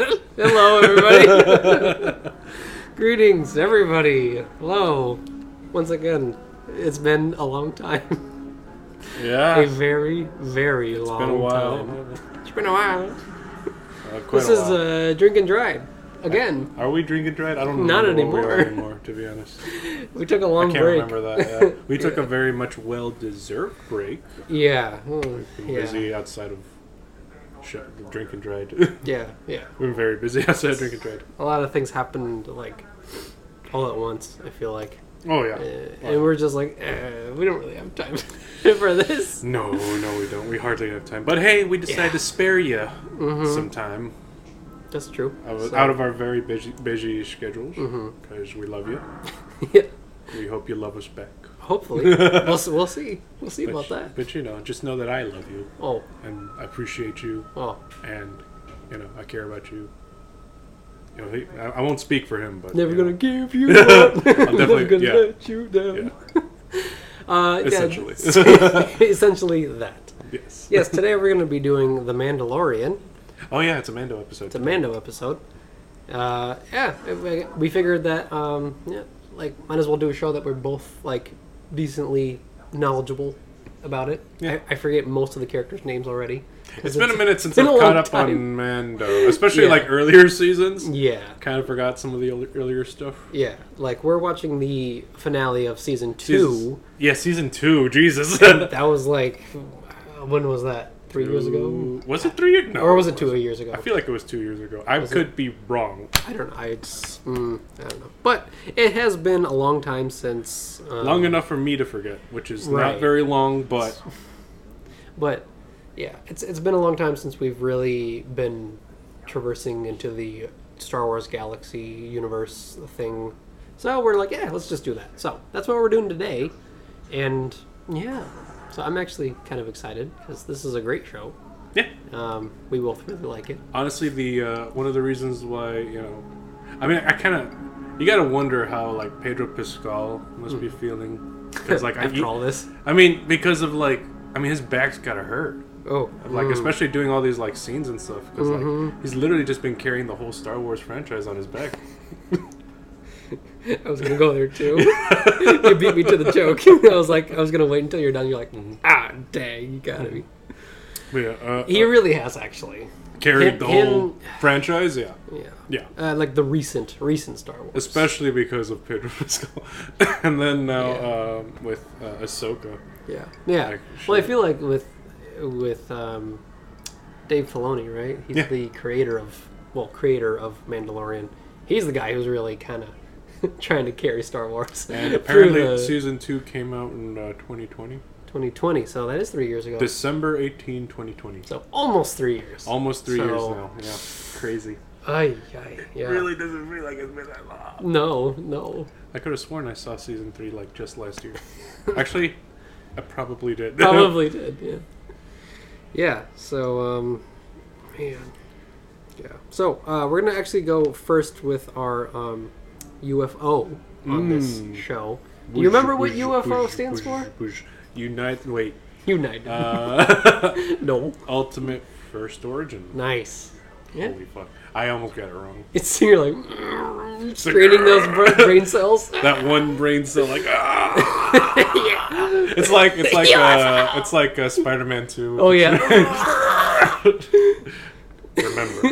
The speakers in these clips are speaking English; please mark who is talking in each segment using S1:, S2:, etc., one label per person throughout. S1: Hello, everybody. Greetings, everybody. Hello. Once again, it's been a long time.
S2: Yeah.
S1: A very, very long
S2: been a while.
S1: time. It's been a while.
S2: Uh, quite
S1: This
S2: a
S1: is
S2: while.
S1: uh, Drink and Drive. Again,
S2: Are we drinking dread? I don't
S1: Not
S2: remember what we are
S1: anymore.
S2: anymore, to be honest.
S1: we took a long
S2: Can't
S1: break.
S2: remember that. yeah. We took a very much well deserved break.
S1: Yeah. mm,
S2: Been
S1: Yeah.
S2: Busy outside of sh- drinking dread. we
S1: Yeah. Yeah.
S2: were very busy outside of drinking dread.
S1: A lot of things happened, like, all at once, I feel like.
S2: Oh yeah.
S1: Uh, and
S2: Wow.
S1: we're just like, eh, we don't really have time for this.
S2: no, no, we don't. We hardly have time. But hey, we decided
S1: Yeah.
S2: to spare you some time
S1: That's true.
S2: out of,
S1: So- Mm-hmm.
S2: out of our very busy, busy schedules because we love you.
S1: yeah.
S2: We hope you love us back.
S1: Hopefully, we'll, s- we'll see. We'll see
S2: But,
S1: about that.
S2: but you know, just know that I love you
S1: Oh,
S2: and I appreciate you
S1: oh,
S2: and you know I care about you. You know, he, I, I won't speak for him, but
S1: never
S2: you
S1: gonna
S2: know,
S1: give you up. never
S2: definitely-
S1: gonna
S2: yeah.
S1: let you down. Uh, yeah,
S2: essentially.
S1: essentially that.
S2: yes.
S1: Yes, today we're gonna be doing the Mandalorian.
S2: Oh yeah, it's a Mando episode.
S1: It's a Mando episode. Uh, yeah, we- we figured that um, yeah, like might as well do a show that we're both like decently knowledgeable about it.
S2: Yeah.
S1: I, I forget most of the characters' names already. 'cause
S2: it's been a minute since
S1: been
S2: I've
S1: a long
S2: caught up
S1: time.
S2: on Mando, especially
S1: Yeah.
S2: like earlier seasons.
S1: Yeah,
S2: Kind of forgot some of the earl- earlier stuff.
S1: yeah. Like we're watching the finale of season two.
S2: Jesus. Yeah, season two. Jesus.
S1: That was like, when was that? Three years ago,
S2: Was it three years? No.
S1: or was it two years ago?
S2: I feel like it was two years ago. I could be wrong.
S1: I don't. I, it's, mm, I don't know. But it has been a long time since. Um,
S2: Long enough for me to forget, which is
S1: Right.
S2: not very long, but
S1: But yeah, it's it's been a long time since we've really been traversing into the Star Wars galaxy universe thing. So we're like, yeah, let's just do that. So that's what we're doing today, and yeah. So I'm actually kind of excited because this is a great show.
S2: yeah.
S1: Um, we both really like it.
S2: honestly the uh, one of the reasons why you know i mean i kind of you gotta wonder how like pedro pascal must be feeling because like I,
S1: After all this,
S2: I mean because of like i mean his back's gotta hurt
S1: oh,
S2: like especially doing all these like scenes and stuff because like he's literally just been carrying the whole star wars franchise on his back
S1: I was gonna go there too. you beat me to the joke. I was like, I was gonna wait until you're done. You're like, ah, dang, you gotta be. Oh.
S2: But, yeah, uh,
S1: He
S2: uh,
S1: really has actually.
S2: carried
S1: him-
S2: the whole
S1: him-
S2: franchise yeah
S1: Yeah.
S2: yeah
S1: Uh, like the recent, recent Star Wars.
S2: especially because of pedro pascal and then now
S1: Yeah.
S2: um, with uh, ahsoka
S1: Yeah. Yeah.
S2: Like,
S1: well, I
S2: shit.
S1: feel like with with um, Dave Filoni, right? He's
S2: Yeah.
S1: the creator of well, creator of Mandalorian. He's the guy who's really kind of trying to carry Star Wars.
S2: and
S1: through
S2: apparently
S1: the
S2: season two came out in uh, 2020
S1: 2020. So that is three years ago.
S2: December 18, 2020.
S1: so almost three years.
S2: Almost three
S1: So-
S2: years now. Yeah, crazy.
S1: Ay, ay, yeah.
S2: doesn't feel like it's been that long.
S1: No, no.
S2: I could have sworn I saw season three like just last year. Actually, I probably did.
S1: Probably did, yeah. Yeah, so, um, man. Yeah. So, uh, we're going to actually go first with our um, UFO on this show. Do you remember what
S2: Boosh,
S1: UFO
S2: boosh,
S1: stands
S2: boosh,
S1: for?
S2: boosh. Unite. Wait.
S1: United.
S2: Uh,
S1: no.
S2: ultimate first origin.
S1: Nice. Yeah.
S2: Holy fuck! I almost got it wrong.
S1: It's you're like straining those bra- brain cells.
S2: That one brain cell, like, ah! it's like it's like uh, it's like uh, Spider-Man Two.
S1: Oh yeah,
S2: Remember?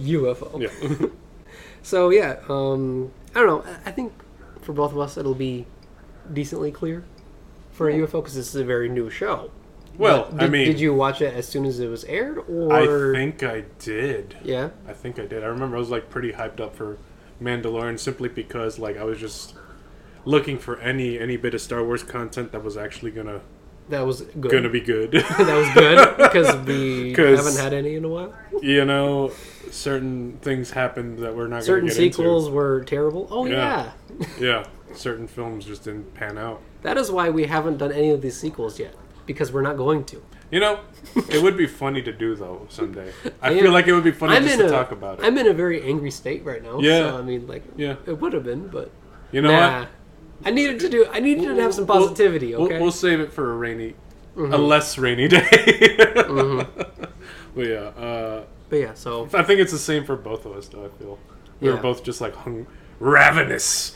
S1: UFO.
S2: yeah.
S1: So yeah, um, I don't know. I- I think for both of us, it'll be decently clear for a UFO because this is a very new show.
S2: Well,
S1: Did,
S2: I mean,
S1: did you watch it as soon as it was aired,
S2: I
S1: or
S2: think I did.
S1: yeah?
S2: I think I did. I remember I was like pretty hyped up for Mandalorian simply because like I was just looking for any any bit of Star Wars content that was actually gonna
S1: That was good.
S2: gonna be good.
S1: that was good because we
S2: 'Cause-
S1: haven't had any in a while.
S2: you know, certain things happened that we're not
S1: Certain
S2: gonna get
S1: sequels were terrible. Oh yeah.
S2: Yeah. into. Yeah, certain films just didn't pan out.
S1: that is why we haven't done any of these sequels yet because we're not going to.
S2: You know, it would be funny to do though someday. I
S1: Yeah.
S2: feel like it would be funny
S1: I'm
S2: just
S1: in
S2: to
S1: a
S2: talk about it.
S1: am in a very angry state right now.
S2: Yeah.
S1: so, I mean, like,
S2: Yeah.
S1: it would have been, but
S2: you know
S1: nah.
S2: what?
S1: I needed to do. I needed to have some
S2: We'll-
S1: positivity.
S2: We'll,
S1: Okay. Mm-hmm.
S2: we'll save it for a rainy, a less rainy day. But yeah, uh,
S1: But yeah, so
S2: I think it's the same for both of us, though. I feel we were
S1: Yeah.
S2: both just like hung, ravenous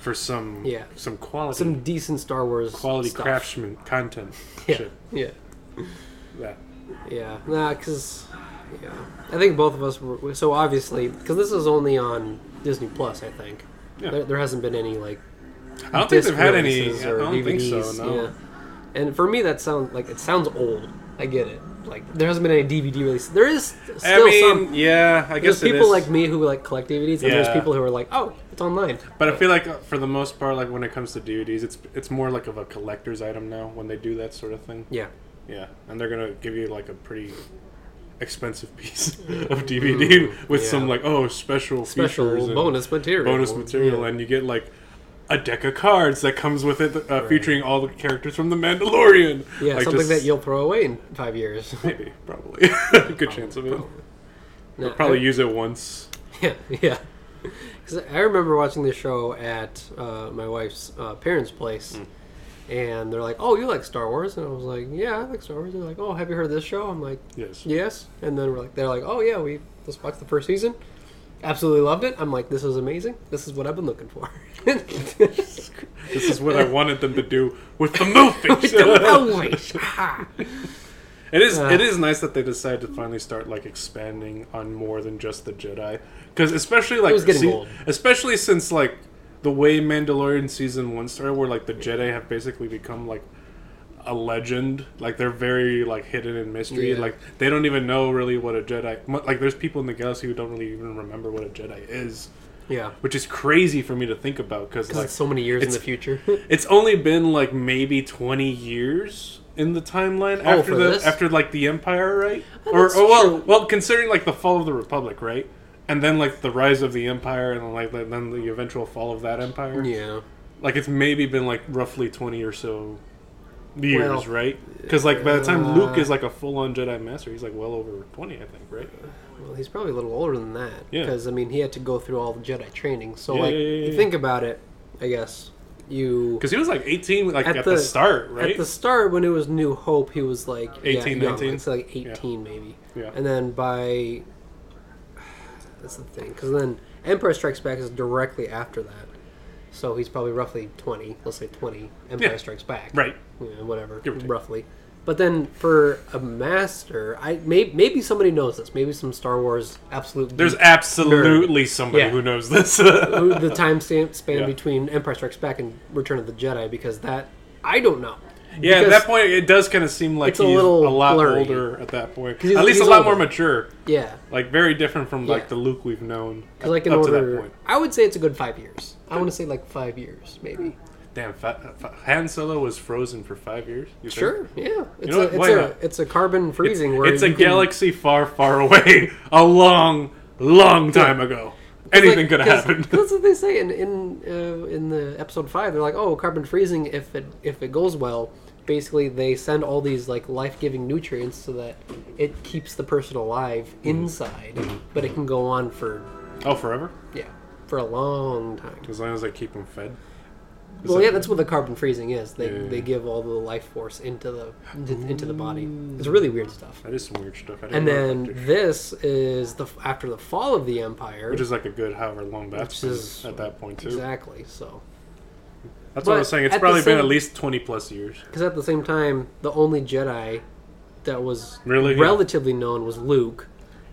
S2: for some
S1: Yeah.
S2: some quality
S1: some decent Star Wars
S2: quality
S1: stuff.
S2: craftsman content.
S1: Yeah,
S2: Shit.
S1: yeah,
S2: That.
S1: yeah. Nah, because yeah, I think both of us were so obviously because this is only on Disney Plus. I think
S2: Yeah.
S1: there, there hasn't been any like
S2: I don't think they've had any.
S1: releases
S2: I don't think so. No.
S1: yeah. And for me, that sounds like it sounds old. I get it. Like there hasn't been any DVD release. There is still
S2: I mean,
S1: some.
S2: yeah, I guess
S1: There's
S2: it
S1: people
S2: is.
S1: like me who like collect DVDs, and there's
S2: Yeah.
S1: people who are like, "Oh, it's online."
S2: But I feel like uh, for the most part, like when it comes to DVDs, it's it's more like of a collector's item now when they do that sort of thing.
S1: Yeah,
S2: Yeah, and they're gonna give you like a pretty expensive piece of DVD with
S1: Mm. yeah.
S2: some like oh special
S1: special
S2: features and
S1: bonus material.
S2: bonus material, and you get like a deck of cards that comes with it, uh, featuring all the characters from The Mandalorian.
S1: Yeah,
S2: Like,
S1: something
S2: just-
S1: that you'll throw away in five years.
S2: maybe probably good chance of it.
S1: No,
S2: Probably use it once.
S1: Yeah, yeah. Because I remember watching this show at uh, my wife's uh, parents' place,
S2: Hmm.
S1: and they're like, "Oh, you like Star Wars?" And I was like, "Yeah, I like Star Wars." And they're like, "Oh, have you heard of this show?" I'm like,
S2: Yes.
S1: "Yes." And then we're like, "They're like, oh yeah, we just watched the first season, absolutely loved it." I'm like, "This is amazing. This is what I've been looking for." With
S2: This is what I wanted them to do with the movies.
S1: the Melwish. Ah.
S2: It is
S1: Uh.
S2: it is nice that they decided to finally start like expanding on more than just the Jedi, because especially like
S1: was getting
S2: see-
S1: old.
S2: especially since like the way Mandalorian season one started, where like the Jedi have basically become like a legend, like they're very like hidden in mystery,
S1: Yeah.
S2: like they don't even know really what a Jedi. mu- Like there's people in the galaxy who don't really even remember what a Jedi is,
S1: yeah,
S2: which is crazy for me to think about because
S1: because
S2: like
S1: it's so many years in
S2: it's-
S1: the future.
S2: it's only been like maybe 20 years in the timeline
S1: Oh,
S2: after
S1: for
S2: the
S1: this? Oh,
S2: after like the empire, right?
S1: that's
S2: or or well,
S1: true.
S2: well considering like the fall of the republic, right? And then like the rise of the empire and then, like then the eventual fall of that empire.
S1: yeah,
S2: Like it's maybe been like roughly 20 or so years,
S1: Well,
S2: right? 'Cause right? Cuz like by the time
S1: uh,
S2: Luke is like a full-on Jedi master, he's like well over 20, I think, right?
S1: Well, he's probably a little older than that.
S2: Yeah.
S1: Because I mean, he had to go through all the Jedi training. So
S2: Yeah,
S1: like,
S2: yeah, yeah,
S1: you
S2: yeah.
S1: think about it, I guess you
S2: Cuz he was like 18 like
S1: At
S2: at, the,
S1: the-
S2: start, right?
S1: at the start when it was New Hope, he was like
S2: 18,
S1: yeah, young.
S2: 19?
S1: It's like
S2: Yeah.
S1: eighteen maybe.
S2: Yeah.
S1: And then by that's the thing, because then Empire Strikes Back is directly after that. So he's probably roughly twenty. Let's say twenty. Empire
S2: Yeah.
S1: Strikes Back.
S2: Right.
S1: Yeah, whatever,
S2: Give or take.
S1: roughly. But then for a master, I may, maybe somebody knows this. Maybe some Star Wars absolute
S2: There's absolutely somebody
S1: Yeah.
S2: who knows this.
S1: who- Oh, the time span span
S2: Yeah.
S1: between Empire Strikes Back and Return of the Jedi because that I don't know.
S2: Yeah, at
S1: Because-
S2: that point, it does kind of seem like
S1: It's a
S2: he's a,
S1: little
S2: lot
S1: blurry.
S2: older at that point.
S1: he's-
S2: At least a
S1: he's
S2: lot
S1: older.
S2: more mature.
S1: Yeah,
S2: Like, very different from,
S1: Yeah.
S2: like, the Luke we've known
S1: because like in
S2: up to that
S1: order,
S2: point.
S1: I would say it's a good five years. I want to say like five years, maybe.
S2: Damn, fa- fa- Han Solo was frozen for five years? you think?
S1: Sure. Yeah. It's
S2: know
S1: a
S2: what?
S1: it's
S2: Why
S1: a
S2: not?
S1: it's a carbon
S2: It's,
S1: freezing. where
S2: it's a
S1: you can-
S2: galaxy far, far away. a long, long time ago. Anything could have happened.
S1: Cause that's what they say in in uh, in the episode five. They're like, oh, carbon freezing. If it if it goes well, basically they send all these like life giving nutrients so that it keeps the person alive inside, but it can go on for
S2: oh, forever?
S1: yeah for a long time.
S2: As long as I keep him fed. Is
S1: Well,
S2: that-
S1: yeah, that's what the carbon freezing is. They
S2: Yeah.
S1: they give all the life force into the into the body. It's really weird stuff.
S2: That is some weird stuff. I didn't
S1: And
S2: know
S1: then
S2: that.
S1: this is the after the fall of the empire,
S2: Which is like a good however long that's been
S1: is-
S2: at that point, too.
S1: exactly so.
S2: That's what I was
S1: But
S2: saying. It's
S1: at the
S2: probably been
S1: same-
S2: at least 20 plus years.
S1: Because at the same time, the only Jedi that was
S2: Really? Yeah.
S1: relatively known was Luke,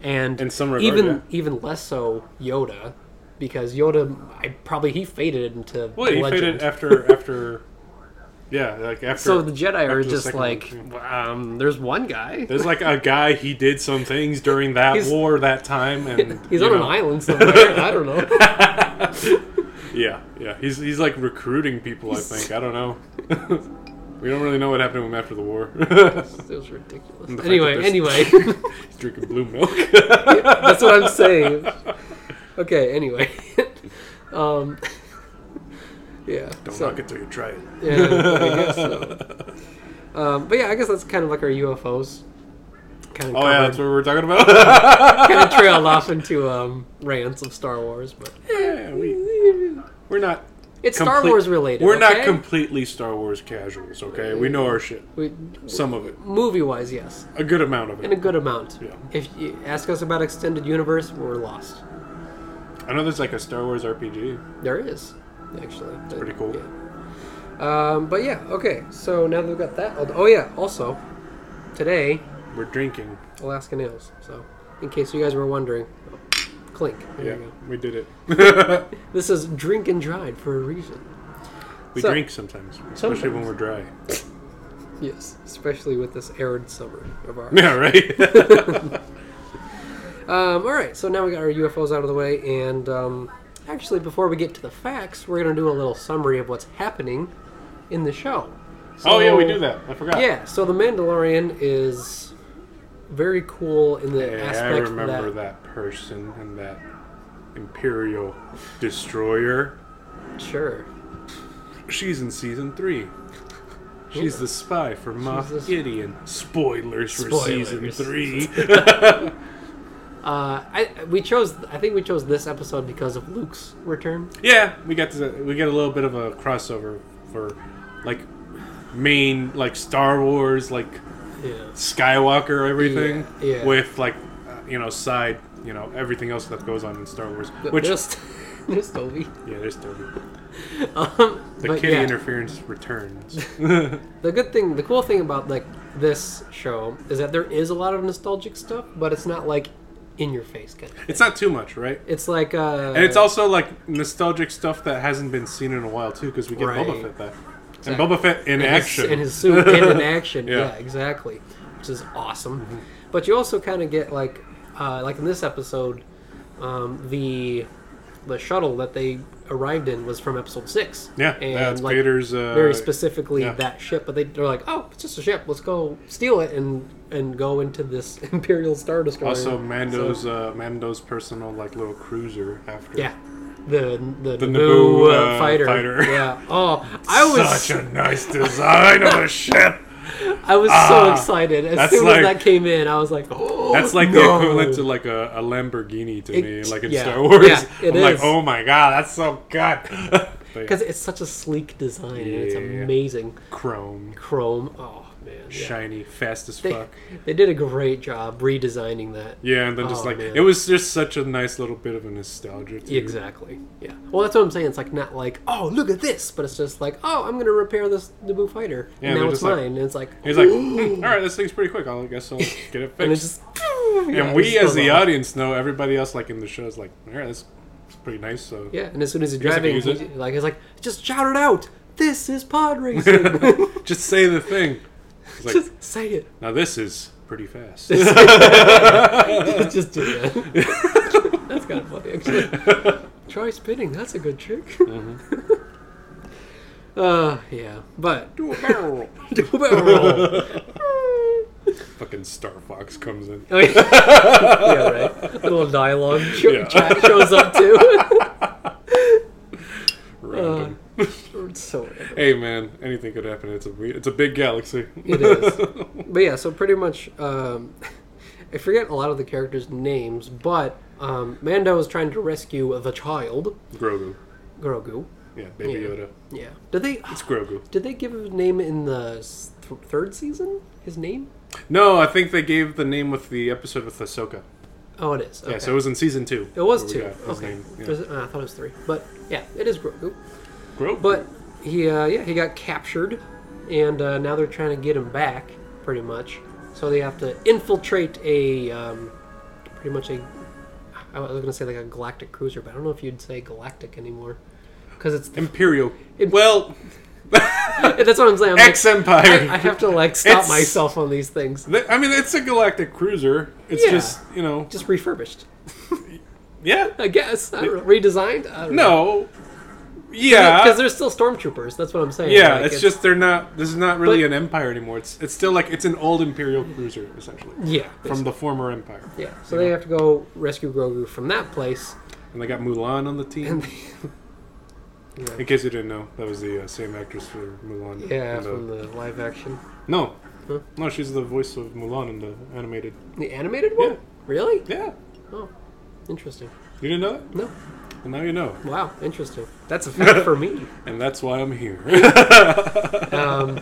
S1: and
S2: In some regard,
S1: even
S2: yeah.
S1: even less so Yoda, because Yoda I, probably he faded into
S2: Well, he
S1: legend.
S2: faded after after. Yeah, like after.
S1: so the Jedi
S2: after
S1: are
S2: the
S1: just
S2: second
S1: like,
S2: one,
S1: um, there's one guy.
S2: there's like a guy. He did some things during that
S1: He's-
S2: war, that time, and
S1: He's
S2: you
S1: on an
S2: know,
S1: island somewhere. I don't know.
S2: Yeah, yeah. He's he's like recruiting people. I think. I don't know. we don't really know what happened to him after the war.
S1: It was ridiculous.
S2: fact
S1: Anyway,
S2: that
S1: anyway,
S2: there's- he's drinking blue milk.
S1: that's what I'm saying. Okay, anyway, um, yeah.
S2: don't
S1: so-
S2: knock it till you try it.
S1: Yeah, I guess so. Um, but yeah, I guess that's kind of like our UFOs. Kind of
S2: Oh yeah, that's
S1: covered,
S2: what we're talking about.
S1: kind of trailed off into um, rants of Star Wars, but
S2: yeah, we we're not
S1: It's Star Wars related,
S2: We're not
S1: okay?
S2: completely Star Wars casuals, okay? We know our shit.
S1: We,
S2: Some of it,
S1: movie wise, yes,
S2: a good amount of
S1: in a
S2: it.
S1: good amount.
S2: Yeah.
S1: If you ask us about extended universe, we're lost.
S2: I know there's like a Star Wars RPG.
S1: There is, actually. It's
S2: pretty cool.
S1: Um, but yeah, okay. So now that we've got that. Oh yeah. Also, today
S2: We're drinking.
S1: Alaska Nails. So in case you guys were wondering, clink. There
S2: Yeah,
S1: you go.
S2: we did it.
S1: This is drink and dried for a reason.
S2: We
S1: So-
S2: drink sometimes, especially when
S1: Sometimes.
S2: we're dry.
S1: Yes, especially with this arid summer of ours.
S2: Yeah, right.
S1: Um, all right, so now we got our UFOs out of the way, and um, actually, before we get to the facts, we're going to do a little summary of what's happening in the show.
S2: oh yeah, we
S1: So-
S2: do that. I forgot.
S1: Yeah, so the Mandalorian is very cool in the
S2: Hey, I
S1: aspect
S2: remember that. person and that Imperial destroyer.
S1: that sure
S2: She's in season three. She's the spy for Moff
S1: the s-
S2: Gideon. Spoilers, for season
S1: Spoilers.
S2: three.
S1: Uh, I we chose. I think we chose this episode because of Luke's return.
S2: yeah, we got to, we got a little bit of a crossover for like main like Star Wars like
S1: Yeah.
S2: Skywalker everything
S1: Yeah, yeah.
S2: with like uh, you know side you know everything else that goes on in Star Wars. Which yeah,
S1: just just Obi.
S2: there's still
S1: Um,
S2: the
S1: but
S2: kitty
S1: yeah.
S2: interference returns.
S1: the good thing the cool thing about like this show is that there is a lot of nostalgic stuff but it's not like in your face kind of
S2: it's not too much, right?
S1: it's like uh
S2: And it's also like nostalgic stuff that hasn't been seen in a while too, because we get
S1: Right.
S2: Boba Fett back and
S1: Exactly.
S2: Boba Fett
S1: in
S2: in
S1: his-
S2: action.
S1: in his suit and in action yeah.
S2: Yeah.
S1: exactly which is awesome but you also kind of get like uh like in this episode um the the shuttle that they arrived in was from episode six
S2: yeah,
S1: and
S2: that's
S1: like
S2: Vader's. Uh,
S1: very specifically
S2: yeah.
S1: that ship, but they, they're like, oh, it's just a ship. Let's go steal it and and go into this Imperial Star Destroyer.
S2: Also, Mando's
S1: So-
S2: uh, Mando's personal like little cruiser after.
S1: yeah, the the, Naboo,
S2: The Naboo,
S1: uh,
S2: uh,
S1: fighter.
S2: fighter.
S1: Yeah. Oh, I was
S2: Such a nice design of a ship.
S1: I was so
S2: Ah,
S1: excited as
S2: that's
S1: soon
S2: like-
S1: as that came in. I was like, oh,
S2: That's like the
S1: no.
S2: equivalent to like a, a Lamborghini to
S1: It-
S2: me, like in
S1: yeah,
S2: Star Wars.
S1: yeah, it
S2: I'm like,
S1: is.
S2: oh my god, that's so good. But yeah,
S1: because it's such a sleek design and it's
S2: Yeah, yeah, yeah.
S1: amazing.
S2: chrome,
S1: Chrome. Oh man. yeah.
S2: shiny, fast as
S1: They,
S2: fuck.
S1: they did a great job redesigning that.
S2: Yeah, and then just
S1: Oh,
S2: like
S1: man.
S2: it was just such a nice little bit of a nostalgia. To it.
S1: Exactly. Yeah. Well, that's what I'm saying. It's like not like, oh, look at this, but it's just like, oh, I'm gonna repair this Naboo fighter,
S2: Yeah,
S1: and
S2: they're
S1: now it's
S2: just like-
S1: mine. and it's like,
S2: He's like, "Hmm, all right, this thing's pretty quick. I'll, I guess I'll get it
S1: and
S2: fixed. and,
S1: it's just, yeah, it
S2: we,
S1: just
S2: as
S1: goes
S2: the
S1: on.
S2: audience, know everybody else like in the show is like, all right, that's it's pretty nice. So
S1: yeah, and as soon as he's
S2: guess I could
S1: driving,
S2: use
S1: he,
S2: it.
S1: like he's like, just shout it out. This is pod racing.
S2: just say the thing. He's like,
S1: just say it.
S2: now this is pretty fast.
S1: just do that. that's kind of funny, actually. Try spinning. That's a good trick. Uh-huh. uh, yeah, but
S2: Do a barrel roll.
S1: do a barrel roll.
S2: Fucking Star Fox comes in.
S1: Oh, yeah. yeah, right. Little dialogue Ch-
S2: Yeah.
S1: chat shows up too.
S2: Random.
S1: It's so
S2: hey man, anything could happen. It's a we- it's a big galaxy.
S1: it is. But yeah, so pretty much, um, I forget a lot of the characters' names, but um, Mando is trying to rescue the child
S2: Grogu.
S1: Grogu.
S2: Yeah, Baby
S1: Yeah.
S2: Yoda.
S1: Yeah. Did they
S2: It's Grogu.
S1: did they give him a name in the s- th- third season? His name?
S2: No, I think they gave the name with the episode with Ahsoka.
S1: Oh, it is. Okay.
S2: Yeah, so it was in season two.
S1: It was two.
S2: where we got his
S1: okay.
S2: name. Yeah.
S1: Was it- uh, I thought it was three, but yeah, it is Grogu.
S2: Grogu.
S1: But he, uh, yeah, he got captured, and uh, now they're trying to get him back, pretty much. So they have to infiltrate a, um, pretty much a, I was gonna say like a galactic cruiser, but I don't know if you'd say galactic anymore, because it's
S2: Imperial. well,
S1: that's what I'm saying. I'm like,
S2: ex Empire.
S1: I, I have to like stop
S2: It's-
S1: myself on these things.
S2: Th- I mean, it's a galactic cruiser. It's
S1: Yeah.
S2: just you know,
S1: Just refurbished,
S2: yeah.
S1: I guess. I don't know. Redesigned. I don't
S2: No,
S1: because
S2: yeah,
S1: there's still stormtroopers. That's what I'm saying.
S2: yeah.
S1: Like,
S2: it's, just they're not. This is not really
S1: But-
S2: an empire anymore. It's it's still like it's an old imperial cruiser essentially
S1: yeah.
S2: from the former empire.
S1: yeah. So they have to go rescue Grogu from that place.
S2: And they got Mulan on the team.
S1: Yeah.
S2: In case you didn't know, that was the uh, same actress for Mulan.
S1: Yeah,
S2: in the-
S1: from the live action.
S2: no,
S1: Huh?
S2: no, she's the voice of Mulan in the animated.
S1: The animated one?
S2: Yeah.
S1: Really?
S2: Yeah,
S1: Oh, interesting.
S2: you didn't know that?
S1: No.
S2: And now you know.
S1: Wow, interesting. That's a fact for me.
S2: And that's why I'm here.
S1: Um,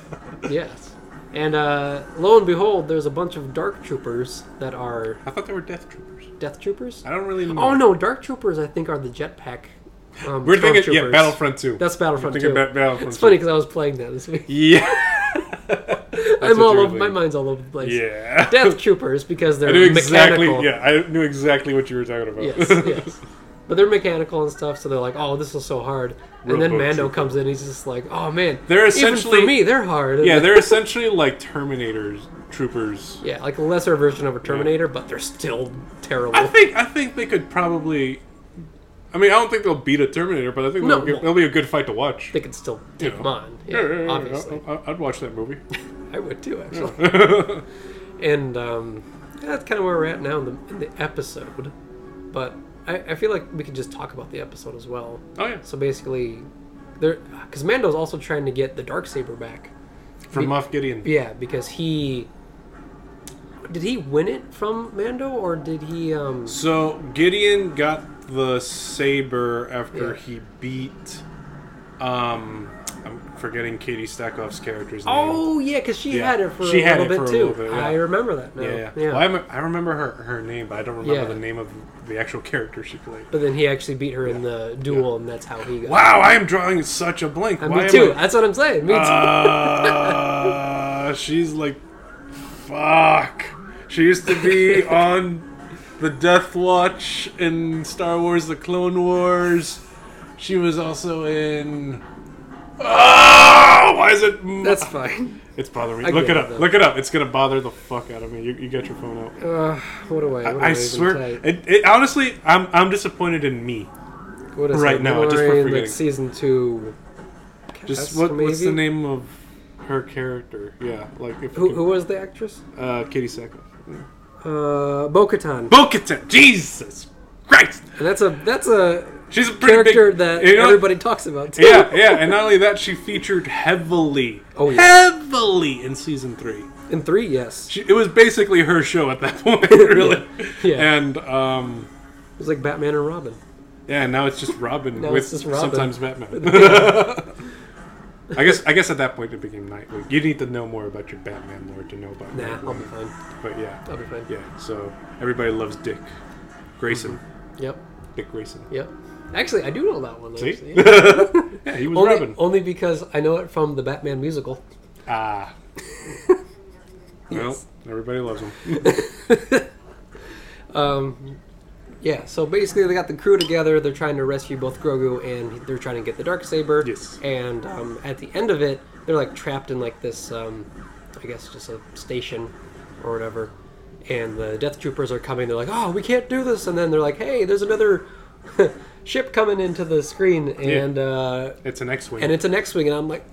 S1: yes. And uh, lo and behold, there's a bunch of dark troopers that are
S2: I thought they were death troopers.
S1: death troopers.
S2: I don't really know.
S1: Oh no, dark troopers I think are the jetpack. Um,
S2: We're thinking, yeah,
S1: stormtroopers.
S2: Battlefront 2.
S1: That's Battlefront
S2: thinking
S1: too.
S2: about Battlefront
S1: it's funny
S2: two.
S1: because I was playing that this week.
S2: Yeah. That's
S1: I'm
S2: what
S1: all
S2: you were
S1: over, my
S2: thinking.
S1: mind's all over the place.
S2: Yeah.
S1: Death troopers because they're
S2: I knew exactly.
S1: mechanical.
S2: Yeah, I knew exactly what you were talking about.
S1: yes, yes. But they're mechanical and stuff, so they're like, "Oh, this is so hard."
S2: Real
S1: and then
S2: boat
S1: Mando
S2: trooper.
S1: comes in, he's just like, "Oh man,
S2: They're
S1: even
S2: essentially-
S1: for me, they're hard." And
S2: yeah,
S1: then-
S2: they're essentially like Terminators troopers.
S1: yeah, like a lesser version of a Terminator, but they're still terrible.
S2: I think I think they could probably. I mean, I don't think they'll beat a Terminator, but I think
S1: No,
S2: they'll, get-
S1: well-
S2: they'll be a good fight to watch.
S1: they could still
S2: You
S1: take
S2: know.
S1: them on. Yeah, obviously,
S2: I, I- I'd watch that movie.
S1: I would too, actually. and um, yeah, that's kind of where we're at now in the, in the episode. But I, I feel like we could just talk about the episode as well.
S2: Oh yeah,
S1: So basically, there because Mando's also trying to get the dark saber back.
S2: from Moff Gideon.
S1: Yeah, because he did he win it from Mando or did he? um
S2: So Gideon got the saber after
S1: Yeah.
S2: he beat. Um, I'm forgetting Katie Stackhoff's character's name.
S1: Oh yeah, because she
S2: Yeah,
S1: had it for
S2: she
S1: a
S2: had
S1: little bit
S2: it for a
S1: too.
S2: little bit, yeah.
S1: I remember that. Now.
S2: Yeah, yeah. Well, I, rem- I remember her, her name, but I don't remember
S1: Yeah.
S2: the name of the actual character she played.
S1: But then he actually beat her in the duel, and that's how he got.
S2: Wow, I am drawing such a blank.
S1: And
S2: Why
S1: Uh, me
S2: am
S1: too.
S2: I-
S1: That's what I'm saying. Me too.
S2: Uh, she's like, fuck. She used to be on the Death Watch in Star Wars: The Clone Wars. She was also in. Oh, why is it?
S1: That's fine.
S2: it's bothering
S1: I
S2: me. Look
S1: get
S2: it
S1: it,
S2: up.
S1: though.
S2: Look it up. It's gonna bother the fuck out of me. You, you get your phone out.
S1: Uh, what do I? What do I,
S2: I
S1: even
S2: swear.
S1: type?
S2: It, it, honestly, I'm I'm disappointed in me.
S1: What is
S2: right
S1: it?
S2: now, just for
S1: Mandalorian,
S2: forgetting.
S1: like season two.
S2: Just
S1: Cast,
S2: what, what's the
S1: maybe?
S2: name of her character? Yeah, like if
S1: Who, who was the actress?
S2: uh, Katie Sackhoff.
S1: Uh, Bo-Katan.
S2: Bo-Katan. Jesus Christ.
S1: and that's a that's a
S2: She's a pretty
S1: character
S2: big,
S1: that
S2: you know-
S1: everybody talks about. Too.
S2: Yeah, yeah, and not only that, she featured heavily,
S1: Oh, yeah.
S2: heavily in season three.
S1: In three, yes,
S2: She, it was basically her show at that point, really.
S1: Yeah.
S2: And um,
S1: it was like Batman and Robin.
S2: yeah, now it's just Robin
S1: Now
S2: with
S1: it's just Robin.
S2: sometimes Batman. I guess I guess at that point it became Nightwing. You need to know more about your Batman lore to know about
S1: Nah, I'll be
S2: Nightwing.
S1: fine.
S2: But yeah,
S1: I'll be fine.
S2: yeah. So everybody loves Dick Grayson.
S1: Yep,
S2: Dick Grayson.
S1: yep. Actually, I do know that one.
S2: See?
S1: Actually.
S2: Yeah, he was
S1: only,
S2: Robin.
S1: only because I know it from the Batman musical.
S2: Ah. Well, everybody loves him.
S1: Um, yeah, so basically they got the crew together. They're trying to rescue both Grogu and they're trying to get the dark saber.
S2: Yes.
S1: And um, at the end of it, they're like trapped in like this, um, I guess, just a station or whatever. And the Death Troopers are coming. They're like, "Oh, we can't do this!" And then they're like, "Hey, there's another ship coming into the screen, and uh,
S2: It's an X-wing.
S1: and it's an X-wing." And I'm like,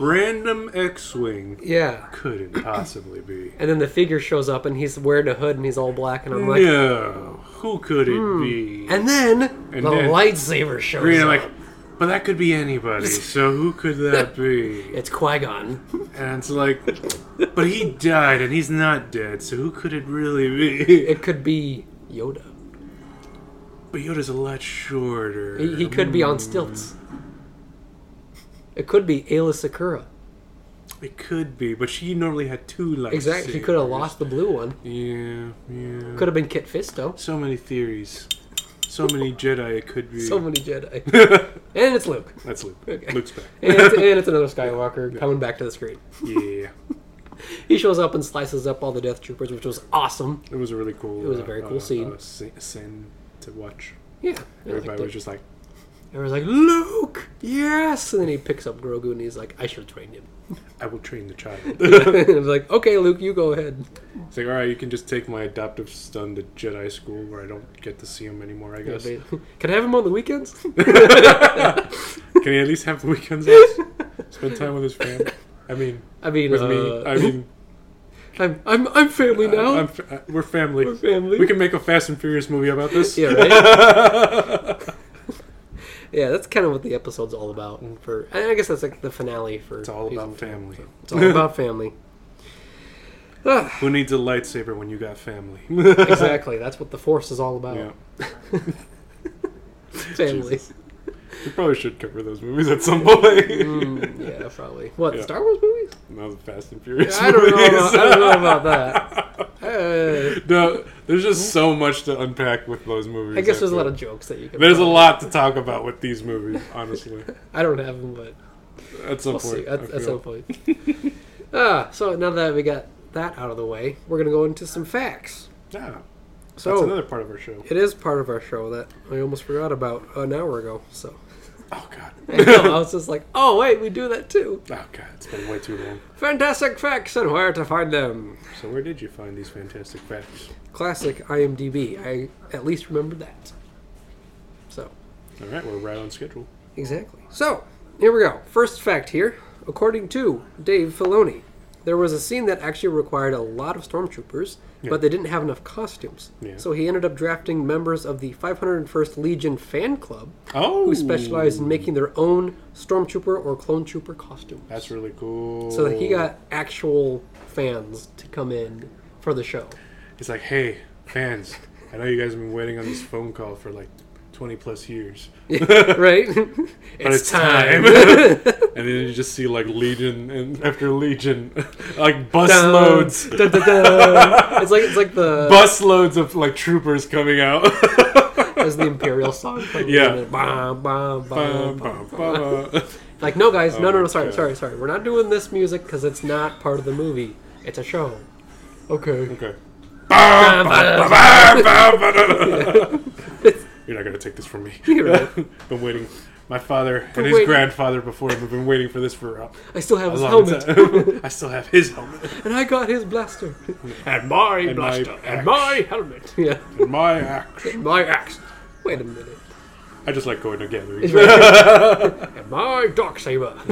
S2: Random X-wing
S1: "Yeah."
S2: couldn't possibly be.
S1: And then the figure shows up, and he's wearing a hood, and he's all black, and I'm like, Hmm.
S2: No, who could it be?
S1: and then the
S2: then-
S1: lightsaber shows
S2: Green, I'm
S1: up.
S2: like, but that could be anybody. So who could that be?
S1: It's Qui Gon.
S2: And it's like, but he died, and he's not dead. So who could it really be?
S1: It could be Yoda.
S2: But Yoda's a lot shorter.
S1: He, he could be on stilts. It could be Ayla Sakura.
S2: It could be, but she normally had two lightsabers.
S1: Exactly. He could have lost the blue one.
S2: Yeah, yeah.
S1: Could have been Kit Fisto.
S2: So many theories. So many Jedi it could be.
S1: So many Jedi. and it's Luke.
S2: That's Luke.
S1: Okay.
S2: Luke's back.
S1: And it's, and it's another Skywalker coming back to the screen.
S2: Yeah.
S1: He shows up and slices up all the Death Troopers, which was awesome.
S2: It was a really cool.
S1: It was a very cool scene.
S2: Uh, sc- scene to watch.
S1: Yeah. I liked
S2: Everybody
S1: it.
S2: was just like,
S1: Everyone's like, Luke! Yes! And then he picks up Grogu and he's like, I should train him.
S2: "I will train the child."
S1: and I was like, okay, Luke, you go ahead.
S2: it's like, all right, you can just take my adoptive son to Jedi school where I don't get to see him anymore. I guess.
S1: Can I have him on the weekends?
S2: can he at least have the weekends off? Spend time with his family. I mean,
S1: I mean,
S2: with
S1: uh,
S2: me. I mean,
S1: I'm, I'm, I'm family now.
S2: I, am fa- I- we're family.
S1: We're family.
S2: We can make a Fast and Furious movie about this.
S1: yeah, right? yeah, that's kind of what the episode's all about. And for and I guess that's like the finale for.
S2: It's all about family.
S1: It's all about family. Ah,
S2: Who needs a lightsaber when you got family?
S1: exactly. That's what the Force is all about.
S2: yeah.
S1: family.
S2: Jesus. We probably should cover those movies at some point.
S1: Mm, yeah, probably. What
S2: Yeah.
S1: Star Wars movies?
S2: Not the Fast and Furious.
S1: I don't know. About,
S2: movies.
S1: I don't know about that. Uh,
S2: no, there's just so much to unpack with those movies.
S1: I guess there's a
S2: after-
S1: lot of jokes that you can.
S2: There's a lot to talk about with these movies, honestly.
S1: I don't have them, but
S2: At some
S1: we'll
S2: point.
S1: see. At,
S2: I
S1: at
S2: feel.
S1: some point. ah, so now that we got that out of the way, we're gonna go into some facts.
S2: Yeah.
S1: So
S2: That's another part of our show.
S1: it is part of our show that I almost forgot about an hour ago. So
S2: Oh god.
S1: I know, I was just like, oh wait, we do that too.
S2: Oh god, it's been way too long.
S1: Fantastic facts and where to find them.
S2: So where did you find these fantastic facts?
S1: Classic IMDb. I at least remember that. So
S2: All right, we're right on schedule.
S1: Exactly. So, here we go. First fact here. According to Dave Filoni, there was a scene that actually required a lot of stormtroopers,
S2: Yeah.
S1: but they didn't have enough costumes.
S2: Yeah.
S1: So he ended up drafting members of the 501st Legion fan club
S2: Oh,
S1: who specialized in making their own stormtrooper or clone trooper costumes.
S2: That's really cool.
S1: so that he got actual fans to come in for the show.
S2: He's like, hey, fans, I know you guys have been waiting on this phone call for like 20 plus years.
S1: right?
S2: But it's time. and then you just see like legion and after legion, like
S1: Dun,
S2: busloads,
S1: dun, dun, dun. It's like it's like the
S2: busloads of like troopers coming out.
S1: as the imperial song. plays,
S2: Yeah.
S1: and then bum, bum, bum,
S2: Bum,
S1: bum.
S2: bum, bum.
S1: Like, no, guys, no, no, no,
S2: my
S1: sorry,
S2: God.
S1: sorry, sorry. We're not doing this music because it's not part of the movie. It's a show. Okay.
S2: okay. Bum, bum, bum, bum, bum. You're not gonna take this from me.
S1: You're right.
S2: been waiting. My father
S1: Been
S2: and his
S1: waiting.
S2: grandfather before him have been waiting for this for a,
S1: I still have
S2: a
S1: his
S2: long
S1: helmet,
S2: time. I still have his helmet.
S1: and I got his blaster,
S2: And my
S1: and and my helmet. Yeah,
S2: and my axe.
S1: my axe. Wait a minute.
S2: I just like going to gatherings.
S1: It's right here. and my dark saber.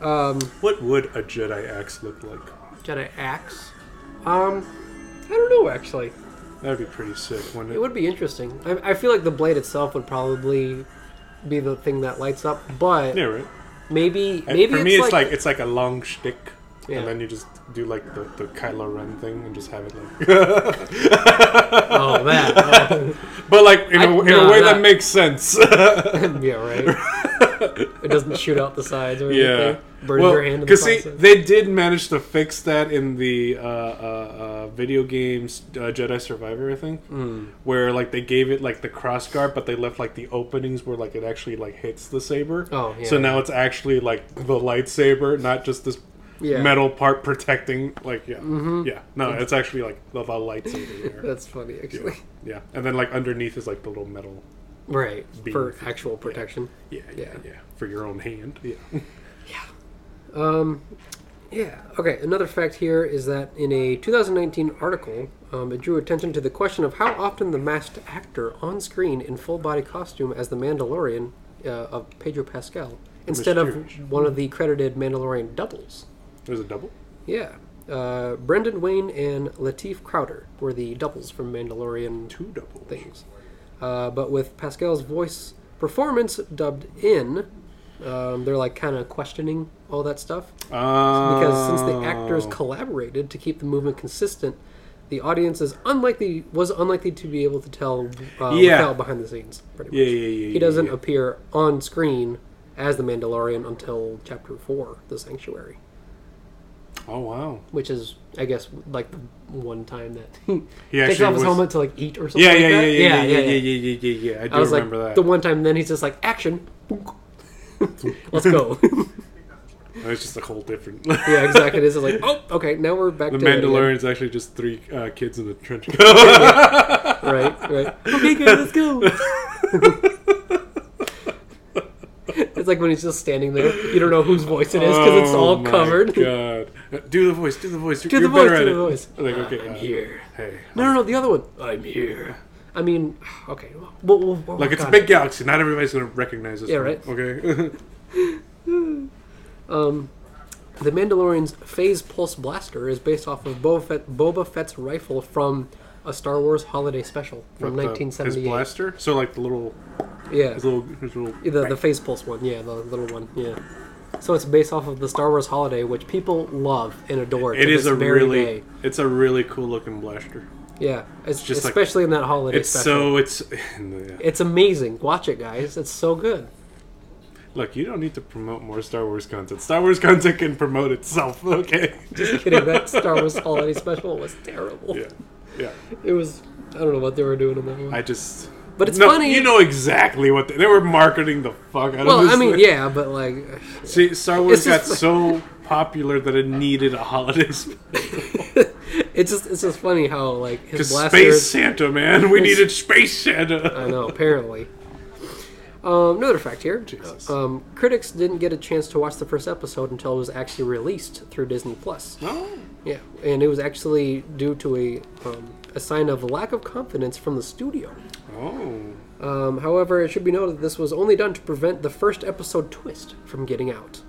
S1: um,
S2: What would a Jedi axe look like?
S1: Jedi axe. Um, I don't know actually.
S2: That'd be pretty sick, wouldn't it?
S1: It would be interesting. I, I feel like the blade itself would probably be the thing that lights up, but
S2: yeah, right.
S1: maybe
S2: And
S1: maybe
S2: for
S1: it's
S2: me, it's
S1: like,
S2: like, it's like a long shtick,
S1: Yeah.
S2: and then you just do like the, the Kylo Ren thing and just have it like,
S1: oh man,
S2: but like in
S1: I-
S2: a, in
S1: no,
S2: a way
S1: that-
S2: that makes sense.
S1: yeah right. It doesn't shoot out the sides or
S2: yeah.
S1: anything. Burns your hand in the
S2: because see,
S1: process.
S2: they did manage to fix that in the uh, uh, uh, video games uh, Jedi Survivor, I think,
S1: Hmm.
S2: where like they gave it like the cross guard, but they left like the openings where like it actually like hits the saber.
S1: Oh, yeah.
S2: So now it's actually like the lightsaber, not just this
S1: Yeah. Mm-hmm.
S2: metal part protecting. Like, yeah, yeah. No, it's actually like the, the lightsaber. There.
S1: That's funny actually.
S2: yeah. yeah, and then like underneath is like the little metal.
S1: Right
S2: Beam.
S1: for actual protection.
S2: Yeah, yeah,
S1: Yeah.
S2: yeah, for your own hand. Yeah.
S1: Um, yeah. Okay. Another fact here is that in a 2019 article, um, it drew attention to the question of how often the masked actor on screen in full body costume as the Mandalorian uh, of Pedro Pascal instead
S2: Mysterious.
S1: of one of the credited Mandalorian doubles.
S2: There's a double.
S1: Yeah. Uh, Brendan Wayne and Latif Crowder were the doubles from Mandalorian
S2: Two doubles.
S1: things. Uh, but with Pascal's voice performance dubbed in, um, they're like kind of questioning all that stuff because since the actors
S2: Oh.
S1: collaborated to keep the movement consistent, the audience is unlikely was unlikely to be able to tell uh,
S2: Yeah.
S1: without behind the scenes. Pretty
S2: Yeah,
S1: much,
S2: yeah, yeah,
S1: he
S2: yeah,
S1: doesn't
S2: yeah.
S1: appear on screen as the Mandalorian until Chapter Four, The Sanctuary,
S2: Oh wow.
S1: which is, I guess, like the one time that he,
S2: He
S1: takes
S2: actually
S1: off his
S2: was-
S1: helmet to like eat or something.
S2: Yeah,
S1: like
S2: yeah, yeah,
S1: that.
S2: yeah, yeah, yeah, yeah, yeah, yeah, yeah, yeah. I do
S1: I was like
S2: remember that.
S1: the one time. Then he's just like action. Let's go.
S2: It was just a whole different.
S1: yeah, exactly. This is like, oh, okay. Now we're back
S2: the
S1: to it again.
S2: Mandalorian's actually just three uh, kids in a trench coat.
S1: right, right. Okay, guys, let's go. it's like when he's just standing there. You don't know whose voice it is because it's all
S2: Oh my
S1: covered.
S2: God, Uh, do the voice, do the voice.
S1: Do
S2: You're
S1: the voice, do
S2: better at
S1: the
S2: it.
S1: voice.
S2: Like,
S1: Ah,
S2: okay,
S1: I'm
S2: uh,
S1: here.
S2: Hey,
S1: No, no, no, the other one. I'm here. I mean, okay. Well, well, well,
S2: like it's a
S1: God.
S2: big galaxy. Not everybody's gonna recognize this.
S1: Yeah,
S2: one,
S1: right.
S2: Okay.
S1: The Mandalorian's phase pulse blaster is based off of Boba, Fett, Boba Fett's rifle from a Star Wars holiday special from
S2: With, uh, His
S1: 1978.
S2: blaster. So like the little,
S1: yeah.
S2: his little, his little.
S1: The, the face pulse one, yeah, the little one, yeah. So it's based off of the Star Wars holiday, which people love and adore. to
S2: It is
S1: this
S2: a
S1: very
S2: really,
S1: day.
S2: it's a really cool looking blaster.
S1: Yeah, it's
S2: just like-
S1: especially in that holiday
S2: It's
S1: special.
S2: so it's uh, yeah.
S1: it's amazing. Watch it, guys. It's so good.
S2: look. You don't need to promote more Star Wars content. Star Wars content can promote itself. Okay.
S1: Just kidding. That Star Wars holiday special was terrible.
S2: yeah, yeah.
S1: It was. I don't know what they were doing in that one.
S2: I just.
S1: But it's
S2: No,
S1: funny.
S2: You know exactly what they, they were marketing the fuck out of
S1: well,
S2: this.
S1: I mean,
S2: thing.
S1: yeah, but like,
S2: See, Star Wars
S1: It's
S2: got
S1: just like-
S2: so popular that it needed a holiday special.
S1: it's just it's just funny how like his
S2: Because
S1: blaster.
S2: Space Santa, man, we needed Space Santa.
S1: I know. Apparently. Um, another fact here.
S2: Jesus.
S1: Um, critics didn't get a chance to watch the first episode until it was actually released through Disney Plus.
S2: No,
S1: Yeah, and it was actually due to a um, a sign of lack of confidence from the studio.
S2: oh,
S1: Um, however, it should be noted this was only done to prevent the first episode twist from getting out,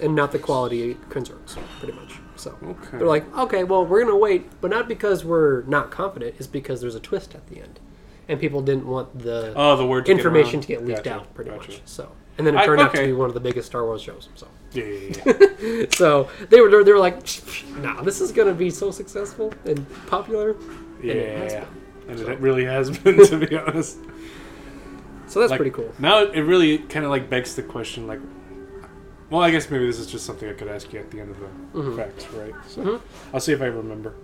S1: and not the quality concerns, pretty much. So
S2: Okay.
S1: they're like, okay, well, we're gonna wait, but not because we're not confident, it's because there's a twist at the end, and people didn't want the
S2: oh, the word to
S1: information
S2: around.
S1: to get leaked
S2: Gotcha,
S1: out, pretty
S2: gotcha.
S1: much. So, and then it
S2: I-
S1: turned out to
S2: okay.
S1: be one of the biggest Star Wars shows. So,
S2: Yeah, yeah, yeah.
S1: so they were they were like, nah, this is gonna be so successful and popular.
S2: yeah.
S1: And it has
S2: yeah.
S1: been.
S2: And it really has been, to be honest.
S1: So that's
S2: Like,
S1: pretty cool.
S2: Now it really kind of like begs the question, like, well, I guess maybe this is just something I could ask you at the end of the
S1: Mm-hmm.
S2: facts, right? So I'll see if I remember.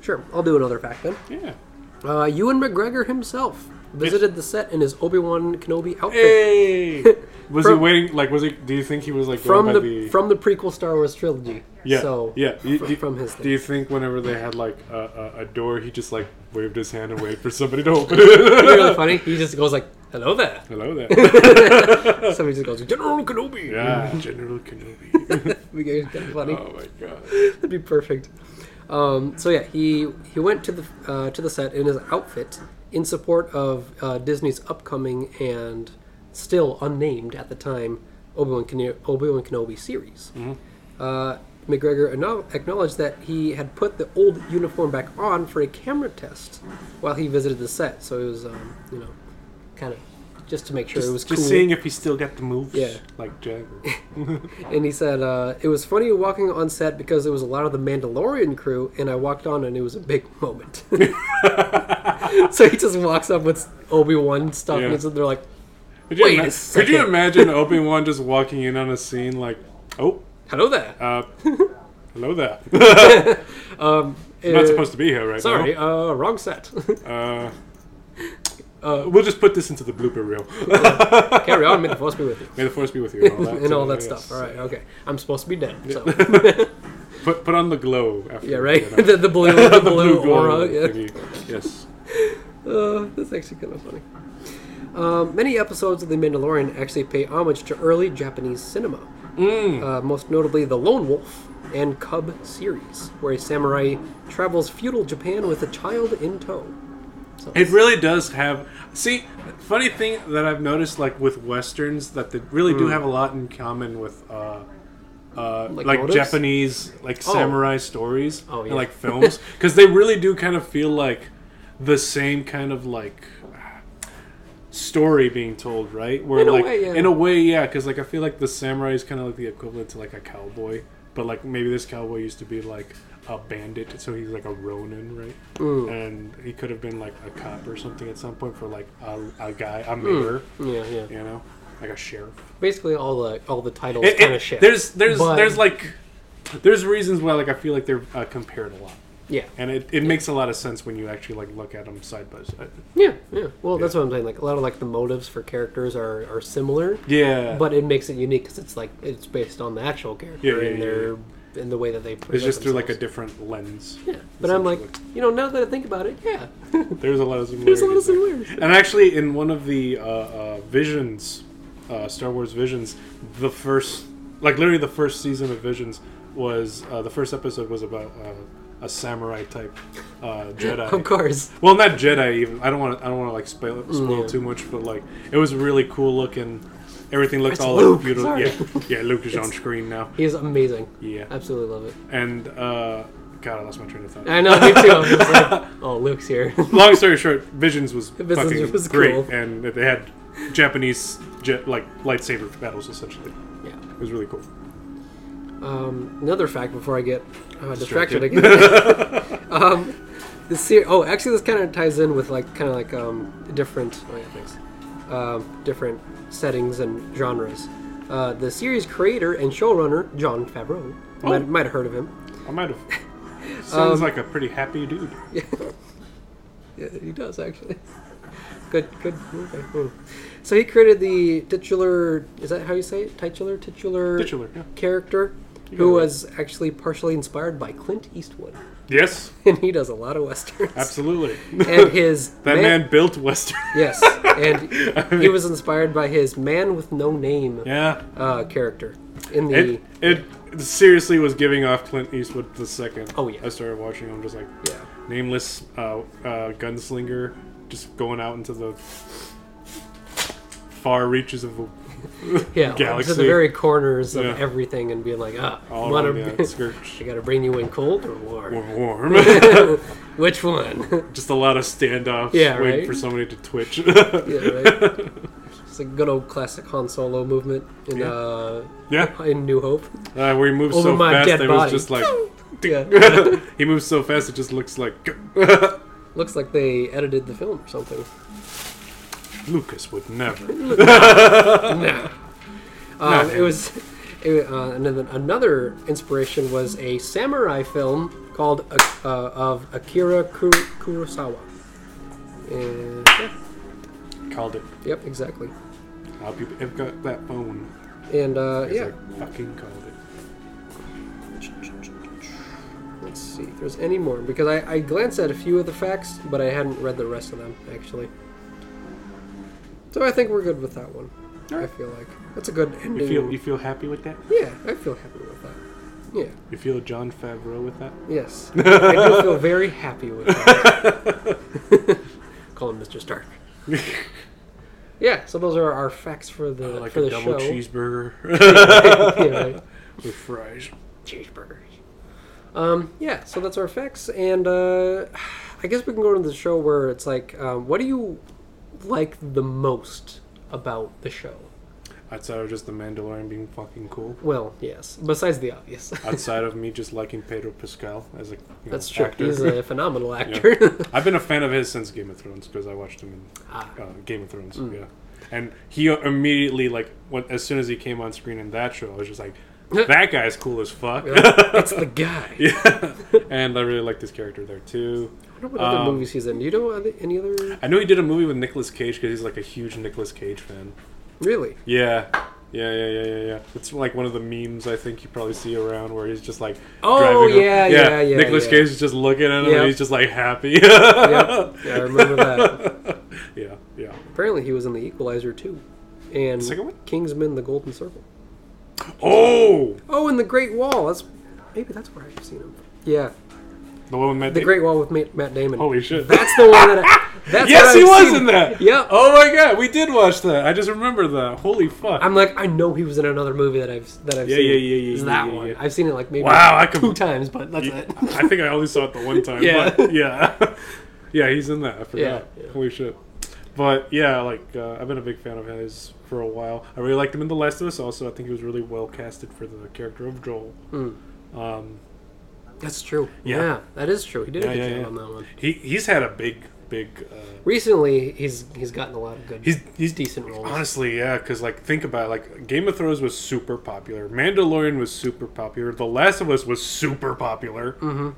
S1: Sure, I'll do another fact then.
S2: Yeah.
S1: Uh, Ewan McGregor himself visited the set in his Obi Wan Kenobi outfit
S2: Hey. was he
S1: From-
S2: waiting? Like, was he? Do you think he was like
S1: from
S2: going
S1: the,
S2: by the
S1: from the prequel Star Wars trilogy.
S2: Yeah.
S1: So
S2: yeah. You-
S1: fr-
S2: do-
S1: from his
S2: Do
S1: thing.
S2: you think whenever they had like a, a, a door, he just like waved his hand and waited for somebody to open it?
S1: It'd be really funny. He just goes like, "Hello there."
S2: Hello there.
S1: Somebody just goes, "General Kenobi."
S2: Yeah, General Kenobi.
S1: We get kind of funny.
S2: oh my god.
S1: That'd be perfect. Um, so yeah, he he went to the uh, to the set in his outfit in support of uh, Disney's upcoming and still unnamed at the time Obi Wan Obi Wan Kenobi series. Uh, McGregor ano- acknowledged that he had put the old uniform back on for a camera test while he visited the set, so it was um, you know kind of just to make sure it was
S2: just
S1: cool.
S2: seeing if he still got the moves.
S1: Yeah.
S2: Like Jagger.
S1: And he said, uh, it was funny walking on set because it was a lot of the Mandalorian crew, and I walked on and it was a big moment. so he just walks up with Obi Wan stuff,
S2: Yeah.
S1: and it's- they're like,
S2: Could you,
S1: Wait a
S2: ima- could
S1: second.
S2: you imagine Obi Wan just walking in on a scene like, oh,
S1: hello there.
S2: uh, hello there.
S1: Uh,
S2: Not supposed to be here right
S1: Sorry,
S2: now.
S1: uh, wrong set.
S2: Uh, we'll just put this into the blooper reel.
S1: Carry on, may the force be with you.
S2: May the force be with you and all that,
S1: And all
S2: uh,
S1: that
S2: yes.
S1: stuff. All right, okay. I'm supposed to be dead. So.
S2: Put, put on the glow. After
S1: yeah,
S2: you
S1: right?
S2: get out.
S1: the, the blue, the blue,
S2: glow
S1: aura. Yeah.
S2: thingy. Yes.
S1: Uh, that's actually kind of funny. Um, many episodes of The Mandalorian actually pay homage to early Japanese cinema,
S2: Mm.
S1: uh, most notably the Lone Wolf and Cub series, where a samurai travels feudal Japan with a child in tow.
S2: It really does have. See, funny thing that I've noticed, like with westerns, that they really do have a lot in common with, uh, uh,
S1: Hmm. Like
S2: like,
S1: motives?
S2: Japanese, like samurai stories
S1: Oh, yeah.
S2: and like films, because they really do kind of feel like the same kind of like story being told, right? Where
S1: In a
S2: like
S1: way, yeah.
S2: in a way, yeah, because like I feel like the samurai is kind of like the equivalent to like a cowboy, but like maybe this cowboy used to be like a bandit, so he's like a ronin, right?
S1: Mm.
S2: And he could have been like a cop or something at some point for like a, a guy, a mayor,
S1: Mm. Yeah, yeah.
S2: you know, like a sheriff.
S1: Basically, all the all the titles
S2: It-
S1: kind
S2: it-
S1: of shit.
S2: There's there's
S1: But-
S2: there's like there's reasons why like I feel like they're uh, compared a lot.
S1: yeah,
S2: And it, it makes a lot of sense when you actually like look at them side by side.
S1: yeah, yeah. Well, that's what I'm saying. Like a lot of like the motives for characters are are similar,
S2: Yeah,
S1: but it makes it unique because it's like it's based on the actual character
S2: Yeah, yeah,
S1: and
S2: yeah,
S1: their and the way that they.
S2: it's
S1: present
S2: just through like a
S1: themselves.
S2: different lens.
S1: Yeah, but I'm like, you know, now that I think about it, yeah,
S2: There's a lot of
S1: there's
S2: similarities.
S1: a lot of
S2: there.
S1: similarities.
S2: And actually, in one of the uh, uh, Visions, uh, Star Wars Visions, the first, like literally the first season of Visions was uh, the first episode was about uh, a samurai type uh, Jedi.
S1: Of course.
S2: Well, not Jedi even. I don't want to. I don't want to like spoil, spoil
S1: Mm, yeah.
S2: too much, but like it was really cool looking. Everything looked
S1: It's
S2: all
S1: Luke,
S2: like, beautiful.
S1: sorry.
S2: Yeah, yeah. Luke is on screen now.
S1: He is amazing.
S2: Yeah,
S1: Absolutely love it.
S2: and uh, God, I lost my train of thought.
S1: I know, me too. I'm just like, oh, Luke's here.
S2: long story short, Visions was
S1: Visions
S2: fucking
S1: was
S2: great,
S1: cool.
S2: and they had Japanese jet, like lightsaber battles essentially.
S1: yeah.
S2: It was really cool.
S1: Um, another fact before I get uh, distracted
S2: Distracted.
S1: again. um, This ser- oh, actually, this kind of ties in with like kind of like um, different oh yeah, thanks. Um, different settings and genres. Uh, the series creator and showrunner John Favreau You
S2: Oh.
S1: might, might have heard of him.
S2: I might have.
S1: Um,
S2: Sounds like a pretty happy dude.
S1: Yeah, he does actually. Good, good. Okay. hmm. So he created the titular. Is that how you say it? Titular, titular,
S2: Titular, yeah.
S1: character,
S2: got it
S1: who
S2: right.
S1: was actually partially inspired by Clint Eastwood,
S2: Yes,
S1: and he does a lot of westerns.
S2: absolutely.
S1: And his
S2: that man built Western.
S1: Yes, and he was inspired by his "Man with No Name"
S2: yeah.
S1: uh, character in the.
S2: It, it seriously was giving off Clint Eastwood the second.
S1: Oh, yeah.
S2: I started watching him just like
S1: yeah.
S2: nameless uh, uh, gunslinger just going out into the far reaches of the
S1: Yeah, to
S2: Galaxy.
S1: the very corners of
S2: Yeah.
S1: everything and being like, ah,
S2: all
S1: wanna,
S2: on the outskirts.
S1: I gotta bring you in cold or warm?
S2: We're warm.
S1: Which one?
S2: just a lot of standoffs
S1: Yeah,
S2: waiting
S1: right?
S2: for somebody to twitch.
S1: yeah, right? It's a good old classic Han Solo movement in,
S2: Yeah.
S1: uh,
S2: yeah.
S1: in New Hope.
S2: Uh, where he moves
S1: Over
S2: so
S1: my
S2: fast,
S1: dead
S2: it
S1: body.
S2: was just like
S1: Yeah.
S2: he moves so fast, it just looks like
S1: Looks like they edited the film or something.
S2: Lucas would never.
S1: Um, it
S2: him.
S1: was. It, uh, and then another inspiration was a samurai film called uh, uh, of Akira Ku- Kurosawa. And, yeah,
S2: Called it.
S1: yep, exactly.
S2: How people have got that phone.
S1: And uh,
S2: He's
S1: yeah,
S2: like, fucking called it.
S1: let's see if there's any more because I, I glanced at a few of the facts, but I hadn't read the rest of them actually. So I think we're good with that one. I
S2: Alright.
S1: feel like that's a good ending.
S2: You feel you feel happy with that?
S1: yeah, I feel happy with that. Yeah.
S2: You feel John Favreau with that?
S1: Yes. I do feel very happy with that. Call him Mr. Stark. yeah, so those are our facts for the
S2: like
S1: Uh, for
S2: a
S1: the
S2: double
S1: show.
S2: cheeseburger
S1: yeah, right.
S2: with fries.
S1: Cheeseburgers. Um, yeah, so that's our facts, and uh, I guess we can go to the show where it's like, um, what do you like the most about the show?
S2: Outside of just the Mandalorian being fucking cool.
S1: Well, yes, besides the obvious.
S2: Outside of me just liking Pedro Pascal as a you know,
S1: that's true.
S2: actor.
S1: He's a phenomenal actor.
S2: I've been a fan of his since Game of Thrones because I watched him in
S1: Ah.
S2: uh, Game of Thrones. Yeah, and he uh, immediately like when, as soon as he came on screen in that show, I was just like, that guy's cool as fuck.
S1: it's the guy.
S2: yeah, and I really liked his character there too.
S1: I don't know what other
S2: Um,
S1: movies he's in. Do you know other- any other?
S2: I know he did a movie with Nicolas Cage because he's like a huge Nicolas Cage fan.
S1: Really?
S2: Yeah. Yeah, yeah, yeah, yeah, yeah. It's like one of the memes I think you probably see around where he's just like,
S1: Oh,
S2: driving
S1: yeah, yeah, yeah,
S2: Nicholas
S1: yeah.
S2: Cage is just looking at him
S1: Yep.
S2: and he's just like happy. yeah,
S1: yep. Yeah, I remember that.
S2: yeah, yeah.
S1: Apparently, he was in The Equalizer too, and
S2: Second one?
S1: Kingsman: The Golden Circle.
S2: Oh,
S1: Oh, and The Great Wall. That's maybe that's where I've seen him. Yeah,
S2: the one with Matt
S1: The
S2: Damon?
S1: Great Wall with Matt, Matt Damon.
S2: Holy shit!
S1: That's the one that. I, that's
S2: Oh, yes,
S1: what
S2: he
S1: I've
S2: was
S1: seen.
S2: in that.
S1: Yep.
S2: Oh my god, we did watch that. I just remember that. Holy fuck!
S1: I'm like, I know he was in another movie that I've that I've
S2: Yeah,
S1: seen.
S2: yeah, yeah, yeah,
S1: It's
S2: yeah,
S1: that
S2: yeah,
S1: one.
S2: yeah.
S1: I've seen it like maybe
S2: Wow, I could-
S1: two times, but that's
S2: Yeah,
S1: it.
S2: I think I only saw it the one time.
S1: Yeah.
S2: But yeah. yeah, he's in that. I forgot.
S1: Yeah, yeah.
S2: Holy shit. But yeah, like uh, I've been a big fan of his for a while. I really liked him in The Last of Us. Also, I think he was really well casted for the character of Joel.
S1: Hmm.
S2: Um,
S1: That's true. Yeah.
S2: Yeah.
S1: that is true. He did
S2: yeah,
S1: a good
S2: yeah,
S1: job
S2: yeah.
S1: on that one.
S2: He he's had a big, big. Uh,
S1: Recently, he's he's gotten a lot of good.
S2: he's he's
S1: decent roles.
S2: Honestly, yeah, because like think about it, like Game of Thrones was super popular, Mandalorian was super popular, The Last of Us was super popular.
S1: Mm-hmm.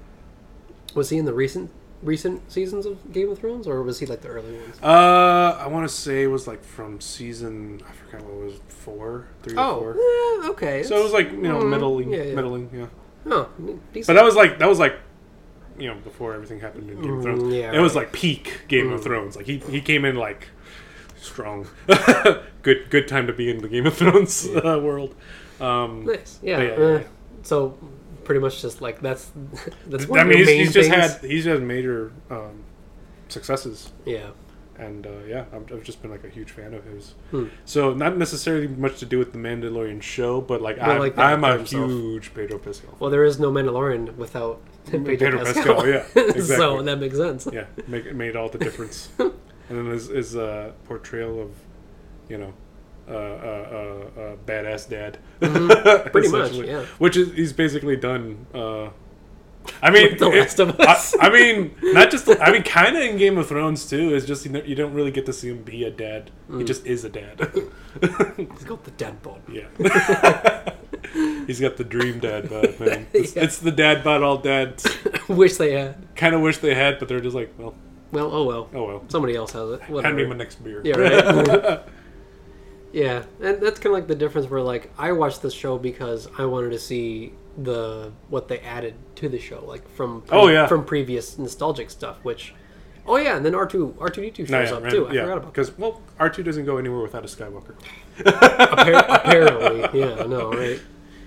S1: was he in the recent recent seasons of Game of Thrones, or was he like the early ones?
S2: Uh, I want to say it was like from season I forgot what it was four, three or four.
S1: Oh, yeah, okay.
S2: So it was like you know
S1: Mm,
S2: middling,
S1: yeah, yeah.
S2: middling, yeah.
S1: oh, decent.
S2: But that was like that was like you know before everything happened in Game of Thrones.
S1: Mm, yeah,
S2: it was
S1: right. Mm.
S2: like peak Game of Thrones. Like he he came in like strong. good good time to be in the Game of Thrones uh, world. Um,
S1: nice. Yeah.
S2: Yeah, yeah,
S1: uh,
S2: yeah.
S1: so pretty much just like that's that's one
S2: I
S1: of
S2: mean,
S1: your
S2: he's,
S1: main
S2: he's just
S1: things.
S2: had he's had major um, successes
S1: yeah.
S2: and uh, yeah, I've, I've just been like a huge fan of his.
S1: Hmm.
S2: So not necessarily much to do with the Mandalorian show, but like I'm,
S1: like the
S2: I'm
S1: actor
S2: a
S1: himself.
S2: huge Pedro Pascal.
S1: Well, there is no Mandalorian without Pedro,
S2: Pedro
S1: Pascal.
S2: Pascal, yeah,
S1: so
S2: exactly.
S1: that makes sense.
S2: Yeah, make, made all the difference. and then his, his uh, portrayal of, you know, uh, uh, uh, uh, badass dad.
S1: Mm-hmm. pretty much,
S2: essentially.
S1: yeah.
S2: Which is he's basically done uh, I mean,
S1: With The
S2: it-
S1: Last of Us.
S2: I, I mean, not just. I mean, kind of in Game of Thrones too. It's just you, know, you don't really get to see him be a dad.
S1: Mm.
S2: He just is a dad.
S1: He's got the dead bod.
S2: yeah. He's got the dream dad bod, man. It's,
S1: Yeah.
S2: it's the dad bod all dads.
S1: Wish they had.
S2: Kind of wish they had, but they're just like, well,
S1: Well, oh well.
S2: oh well.
S1: Somebody else has it. Whatever.
S2: Hand me my next beer.
S1: Yeah, right. yeah, and that's kind of like the difference where like I watched this show because I wanted to see the what they added to the show, like from
S2: Oh, yeah.
S1: from previous nostalgic stuff. Which, oh yeah, and then R two R two D two shows
S2: No, Oh, yeah,
S1: up
S2: right,
S1: too. I
S2: yeah,
S1: forgot about
S2: because well, R two doesn't go anywhere without a Skywalker.
S1: Appar- apparently, yeah, I know, right?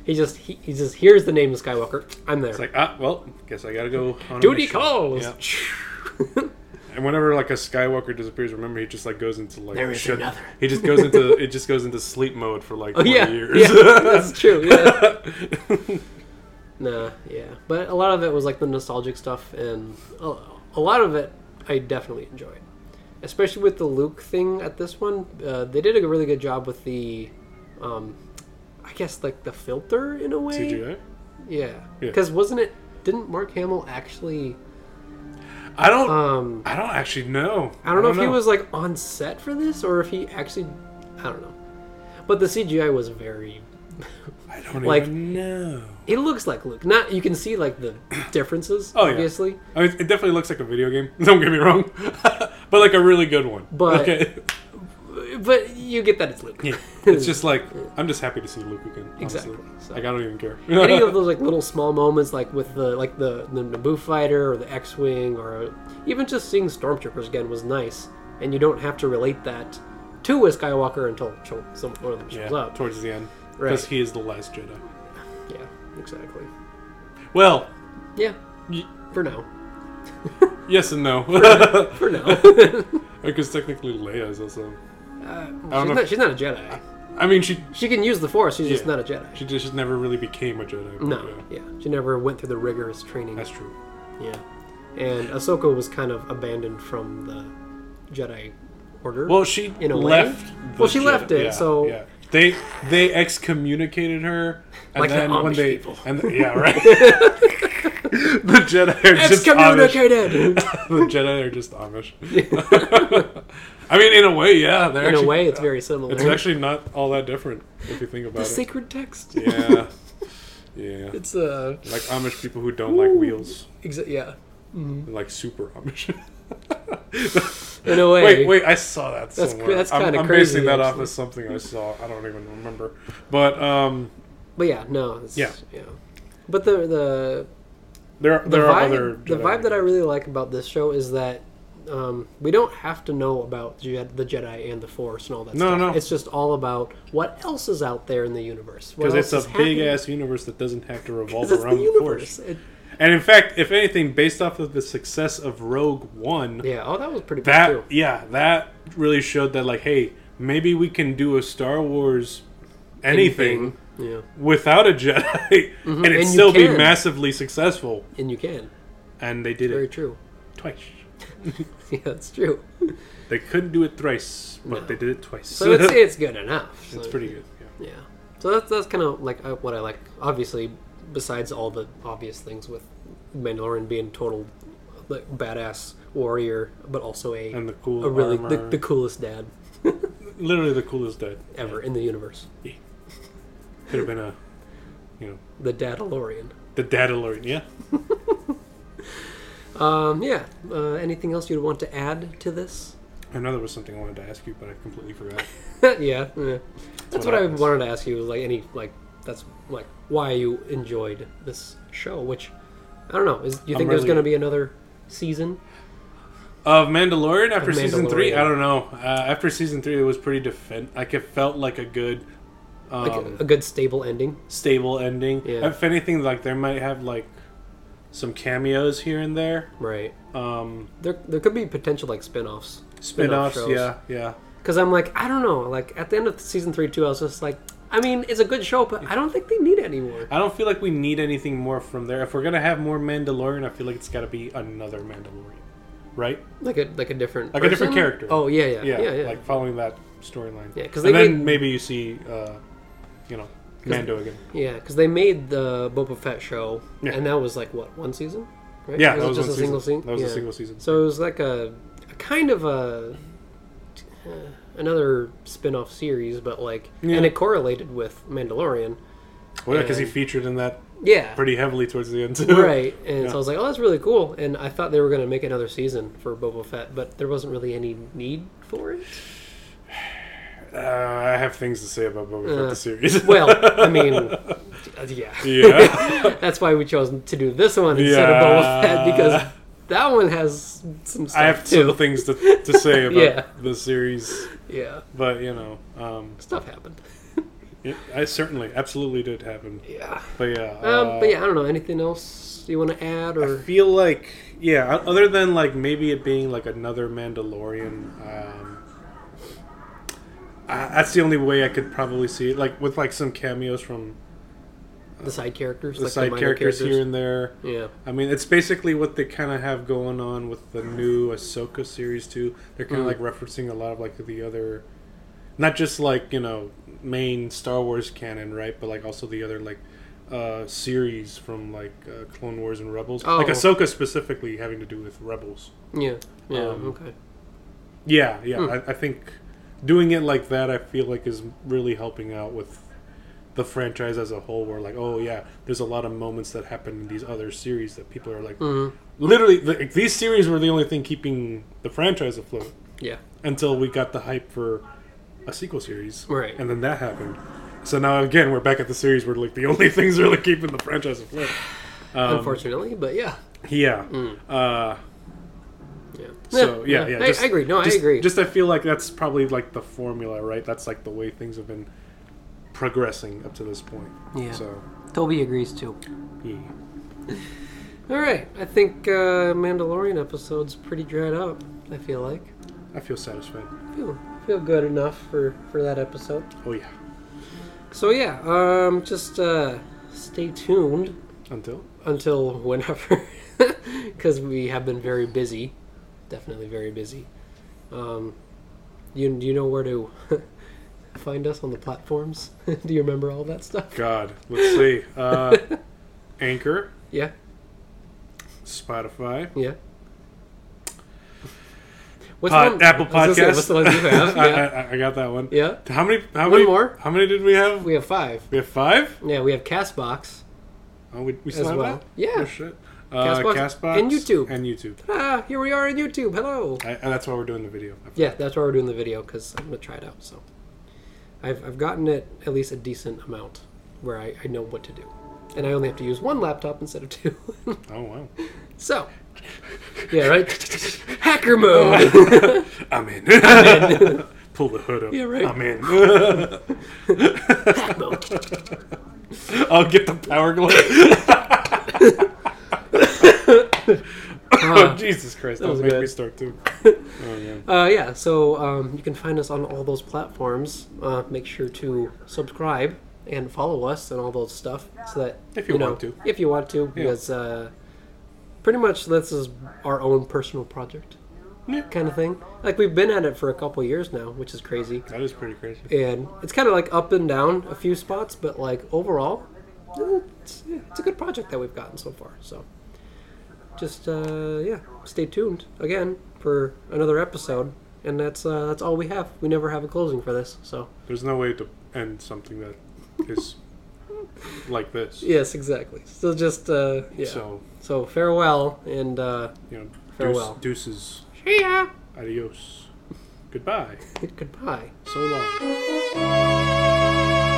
S1: He just he, he just hears the name of Skywalker. I'm there.
S2: It's like ah, well, guess I gotta go. On
S1: Duty
S2: mission.
S1: calls.
S2: Yeah. And whenever like a Skywalker disappears, remember he just like goes into like
S1: There is
S2: shut-
S1: another.
S2: He just goes into it just goes into sleep mode for like
S1: Oh,
S2: 20
S1: yeah,
S2: years.
S1: yeah, that's true. Yeah. nah, yeah, but a lot of it was like the nostalgic stuff, and a, a lot of it I definitely enjoyed, especially with the Luke thing at this one. Uh, they did a really good job with the, um, I guess like the filter in a way.
S2: CGI.
S1: Yeah,
S2: Yeah.
S1: because wasn't it? Didn't Mark Hamill actually?
S2: I don't.
S1: Um,
S2: I don't actually know.
S1: I don't know if he was like on set for this or if he actually. I don't know, but the CGI was very
S2: I don't
S1: like-
S2: even know.
S1: It looks like Luke. Not you can see like the differences,
S2: Oh, yeah.
S1: obviously.
S2: I mean, it definitely looks like a video game. Don't get me wrong, but like a really good one.
S1: But-
S2: okay,
S1: But you get that it's Luke.
S2: Yeah. it's just like I'm just happy to see Luke again. honestly.
S1: Exactly, so.
S2: Like I don't even care.
S1: any of those like little small moments, like with the like the the Naboo fighter or the X-wing, or even just seeing stormtroopers again was nice. And you don't have to relate that to a Skywalker until cho- some one of them shows
S2: yeah,
S1: up.
S2: towards the end,
S1: Right.
S2: because he is the last Jedi.
S1: yeah, exactly.
S2: Well,
S1: Yeah,
S2: y-
S1: for now.
S2: yes and no,
S1: For now, uh,
S2: because technically Leia is also. know
S1: she's,
S2: if-
S1: not, she's not a Jedi.
S2: I mean, she
S1: She can use the Force. She's just
S2: Yeah.
S1: not a Jedi.
S2: She just just never really became a Jedi. but
S1: No,
S2: yeah,
S1: yeah, she never went through the rigorous training.
S2: that's true.
S1: Yeah. And Ahsoka was kind of abandoned from the Jedi Order.
S2: Well, she
S1: In a way?
S2: left. the
S1: Well, she
S2: Jedi-
S1: left it,
S2: yeah,
S1: so-
S2: yeah. they they excommunicated her, and
S1: Like the
S2: then when
S1: Amish
S2: they
S1: people.
S2: and yeah right, the Jedi are just Amish.
S1: excommunicated!
S2: The Jedi are just Amish. I mean, in a way, yeah. They're
S1: In a
S2: actually,
S1: way, it's very similar.
S2: it's actually not all that different if you think about
S1: the
S2: it.
S1: sacred text.
S2: yeah, yeah.
S1: It's, uh,
S2: Like Amish people who don't like wheels,
S1: exa- yeah.
S2: like super Amish.
S1: In a way.
S2: Wait, wait! I saw that
S1: That's
S2: somewhere.
S1: cra- that's
S2: I'm-
S1: kinda
S2: I'm,
S1: crazy,
S2: basing that off
S1: actually.
S2: of something I saw. I don't even remember. But um,
S1: But yeah, no. It's,
S2: Yeah.
S1: But the, the,
S2: there
S1: the
S2: there are other
S1: vibe, the
S2: Jedi
S1: vibe that I really like about this show is that um, we don't have to know about Jed- the Jedi and the Force and all that
S2: No,
S1: stuff.
S2: no.
S1: It's just all about what else is out there in the universe. What
S2: because it's
S1: else
S2: a
S1: is
S2: big
S1: happening.
S2: ass universe that doesn't have to revolve
S1: 'Cause It's
S2: around
S1: the
S2: the,
S1: universe.
S2: force.
S1: It-
S2: And in fact, if anything, based off of the success of Rogue One,
S1: yeah, oh, that was pretty big,
S2: that
S1: too.
S2: yeah, that really showed that like, hey, maybe we can do a Star Wars anything,
S1: Yeah,
S2: without a Jedi, and it'd
S1: Mm-hmm. and you
S2: still be
S1: can.
S2: massively successful.
S1: and you can.
S2: And they did
S1: Very
S2: it
S1: true.
S2: twice.
S1: Yeah, that's true.
S2: They couldn't do it thrice, but
S1: No.
S2: they did it twice.
S1: So it's, it's good enough. So,
S2: It's pretty good. Yeah.
S1: Yeah. So that's that's kind of like uh, what I like. Obviously, besides all the obvious things with Mandalorian being total like badass warrior, but also a
S2: And the cool
S1: a Oh, really the,
S2: armor.
S1: the coolest dad
S2: Literally the coolest dad
S1: ever in the universe.
S2: Could have been a, you know,
S1: The Dadalorian.
S2: the dad alert. Yeah.
S1: Um, yeah. Uh, anything else you'd want to add to this?
S2: I know there was something I wanted to ask you, but I completely forgot.
S1: yeah, yeah. That's,
S2: what
S1: what, I
S2: happens.
S1: wanted to ask you. Was like any like that's like why you enjoyed this show? Which I don't know. Is do you
S2: I'm
S1: think there's
S2: really-
S1: going to be another season?
S2: Of Mandalorian after
S1: Of
S2: season three,
S1: Mandalorian.
S2: I don't know. Uh, after season three, it was pretty defend. Like it felt like a good, um,
S1: Like a, a good stable ending?
S2: stable ending.
S1: Yeah.
S2: If anything, like there might have like some cameos here and there,
S1: Right.
S2: um,
S1: There there could be potential like spin-offs.
S2: spin-offs. yeah, yeah.
S1: Because I'm like I don't know. Like at the end of season three too, I was just like. I mean, it's a good show, but I don't think they need it anymore.
S2: I don't feel like we need anything more from there. If we're gonna have more Mandalorian, I feel like it's got to be another Mandalorian, right?
S1: Like a like a different
S2: Like a different
S1: person?
S2: character.
S1: Oh yeah, yeah,
S2: Yeah,
S1: yeah, yeah.
S2: like following that storyline.
S1: Yeah, 'cause
S2: and
S1: they
S2: then
S1: made-
S2: maybe you see, uh, you know, Mando again.
S1: Yeah, because they made the Boba Fett show,
S2: Yeah.
S1: and that was like what one season, right?
S2: Yeah,
S1: Or
S2: that was
S1: it just
S2: one
S1: a single
S2: season.
S1: season.
S2: That was a
S1: Yeah.
S2: single season.
S1: So it was like a, a kind of a uh, another spin-off series, but like,
S2: Yeah.
S1: and it correlated with Mandalorian.
S2: Well, yeah, because he
S1: and-
S2: featured in that
S1: Yeah,
S2: pretty heavily towards the end too.
S1: right. And
S2: Yeah.
S1: so I was like, oh, that's really cool. And I thought they were going to make another season for Boba Fett, but there wasn't really any need for it.
S2: Uh, I have things to say about Boba Fett
S1: Uh,
S2: the series.
S1: Well, I mean, uh, yeah.
S2: yeah,
S1: That's why we chose to do this one instead of Boba Fett
S2: Yeah.
S1: because that one has some stuff
S2: I have
S1: too.
S2: some things to, to say about
S1: Yeah.
S2: the series,
S1: Yeah,
S2: but you know, um,
S1: stuff happened.
S2: it, I certainly, absolutely did happen.
S1: Yeah.
S2: But yeah,
S1: Um,
S2: uh,
S1: but yeah, I don't know. Anything else you want to add
S2: I
S1: or?
S2: feel like yeah, o- other than like maybe it being like another Mandalorian. Um, I, that's the only way I could probably see it, like with like some cameos from
S1: the side characters,
S2: uh, the
S1: like
S2: side
S1: minor
S2: characters, here and there.
S1: Yeah,
S2: I mean, it's basically what they kind of have going on with the new Ahsoka series too. They're kind of
S1: Mm.
S2: like referencing a lot of like the other, not just like you know main Star Wars canon, right? But like also the other like uh, series from like uh, Clone Wars and Rebels, like
S1: Oh.
S2: Ahsoka specifically having to do with Rebels.
S1: yeah, yeah.
S2: Um,
S1: okay.
S2: Yeah, yeah.
S1: Hmm.
S2: I, I think doing it like that, I feel like is really helping out with the franchise as a whole. Where like, oh yeah, there's a lot of moments that happen in these other series that people are like
S1: Mm-hmm.
S2: literally like, these series were the only thing keeping the franchise afloat
S1: Yeah,
S2: until we got the hype for a sequel series
S1: Right.
S2: and then that happened so now again we're back at the series where like the only things really keeping the franchise afloat um,
S1: unfortunately, but yeah,
S2: yeah
S1: Mm.
S2: uh,
S1: yeah.
S2: so yeah yeah,
S1: I,
S2: just-
S1: I agree. No,
S2: just-
S1: I agree.
S2: just i feel like that's probably like the formula right that's like the way things have been progressing up to this point
S1: Yeah.
S2: so
S1: Toby agrees too.
S2: yeah.
S1: All right, I think uh, Mandalorian episode's pretty dried up. I feel like
S2: i feel satisfied
S1: I feel feel good enough for for that episode.
S2: oh yeah
S1: So yeah, um, just uh, stay tuned
S2: until
S1: until whenever because we have been very busy definitely very busy um, you, you know where to find us on the platforms do you remember all that stuff
S2: god let's see uh, anchor
S1: yeah
S2: Spotify,
S1: yeah what's
S2: Pod-
S1: one-
S2: Apple
S1: I was gonna say,
S2: Podcasts.
S1: what's the one you have
S2: I,
S1: yeah,
S2: I, I got that one.
S1: yeah.
S2: How many? How
S1: One
S2: many
S1: more.
S2: How many did we have?
S1: we have five
S2: We have five.
S1: yeah we have castbox
S2: Oh, we, we
S1: as
S2: still have
S1: well
S2: that.
S1: yeah
S2: Oh shit. Uh,
S1: Castbox
S2: Castbox,
S1: and YouTube.
S2: and YouTube.
S1: ah here we are on youtube hello
S2: I, and that's why we're doing the video.
S1: Yeah, that's why we're doing the video because I'm gonna try it out. So, I've I've gotten it at least a decent amount where I, I know what to do, and I only have to use one laptop instead of two.
S2: Oh wow.
S1: so, yeah, right. Hacker mode.
S2: I'm in. I'm in. Pull the hood up.
S1: Yeah, right.
S2: I'm in. I'll get the power glove. oh Jesus Christ! That,
S1: Uh, was
S2: was make
S1: good.
S2: me start too. Oh man.
S1: uh, yeah, so um, you can find us on all those platforms. Uh, make sure to subscribe and follow us and all those stuff so that
S2: If you
S1: know,
S2: want to.
S1: if you want to, because uh, pretty much this is our own personal project.
S2: Yeah.
S1: kind of thing. Like we've been at it for a couple years now, which is crazy.
S2: That is pretty crazy.
S1: And it's kind of like up and down a few spots, but like overall, it's, yeah, it's a good project that we've gotten so far. So just uh, yeah, stay tuned again for another episode. And that's uh, that's all we have. We never have a closing for this. So
S2: There's no way to end something that is like this.
S1: yes, exactly. So just uh, yeah. So,
S2: So,
S1: farewell and uh,
S2: you know,
S1: Farewell.
S2: deuce, deuces,
S1: see ya.
S2: adios, goodbye,
S1: Goodbye.
S2: so long.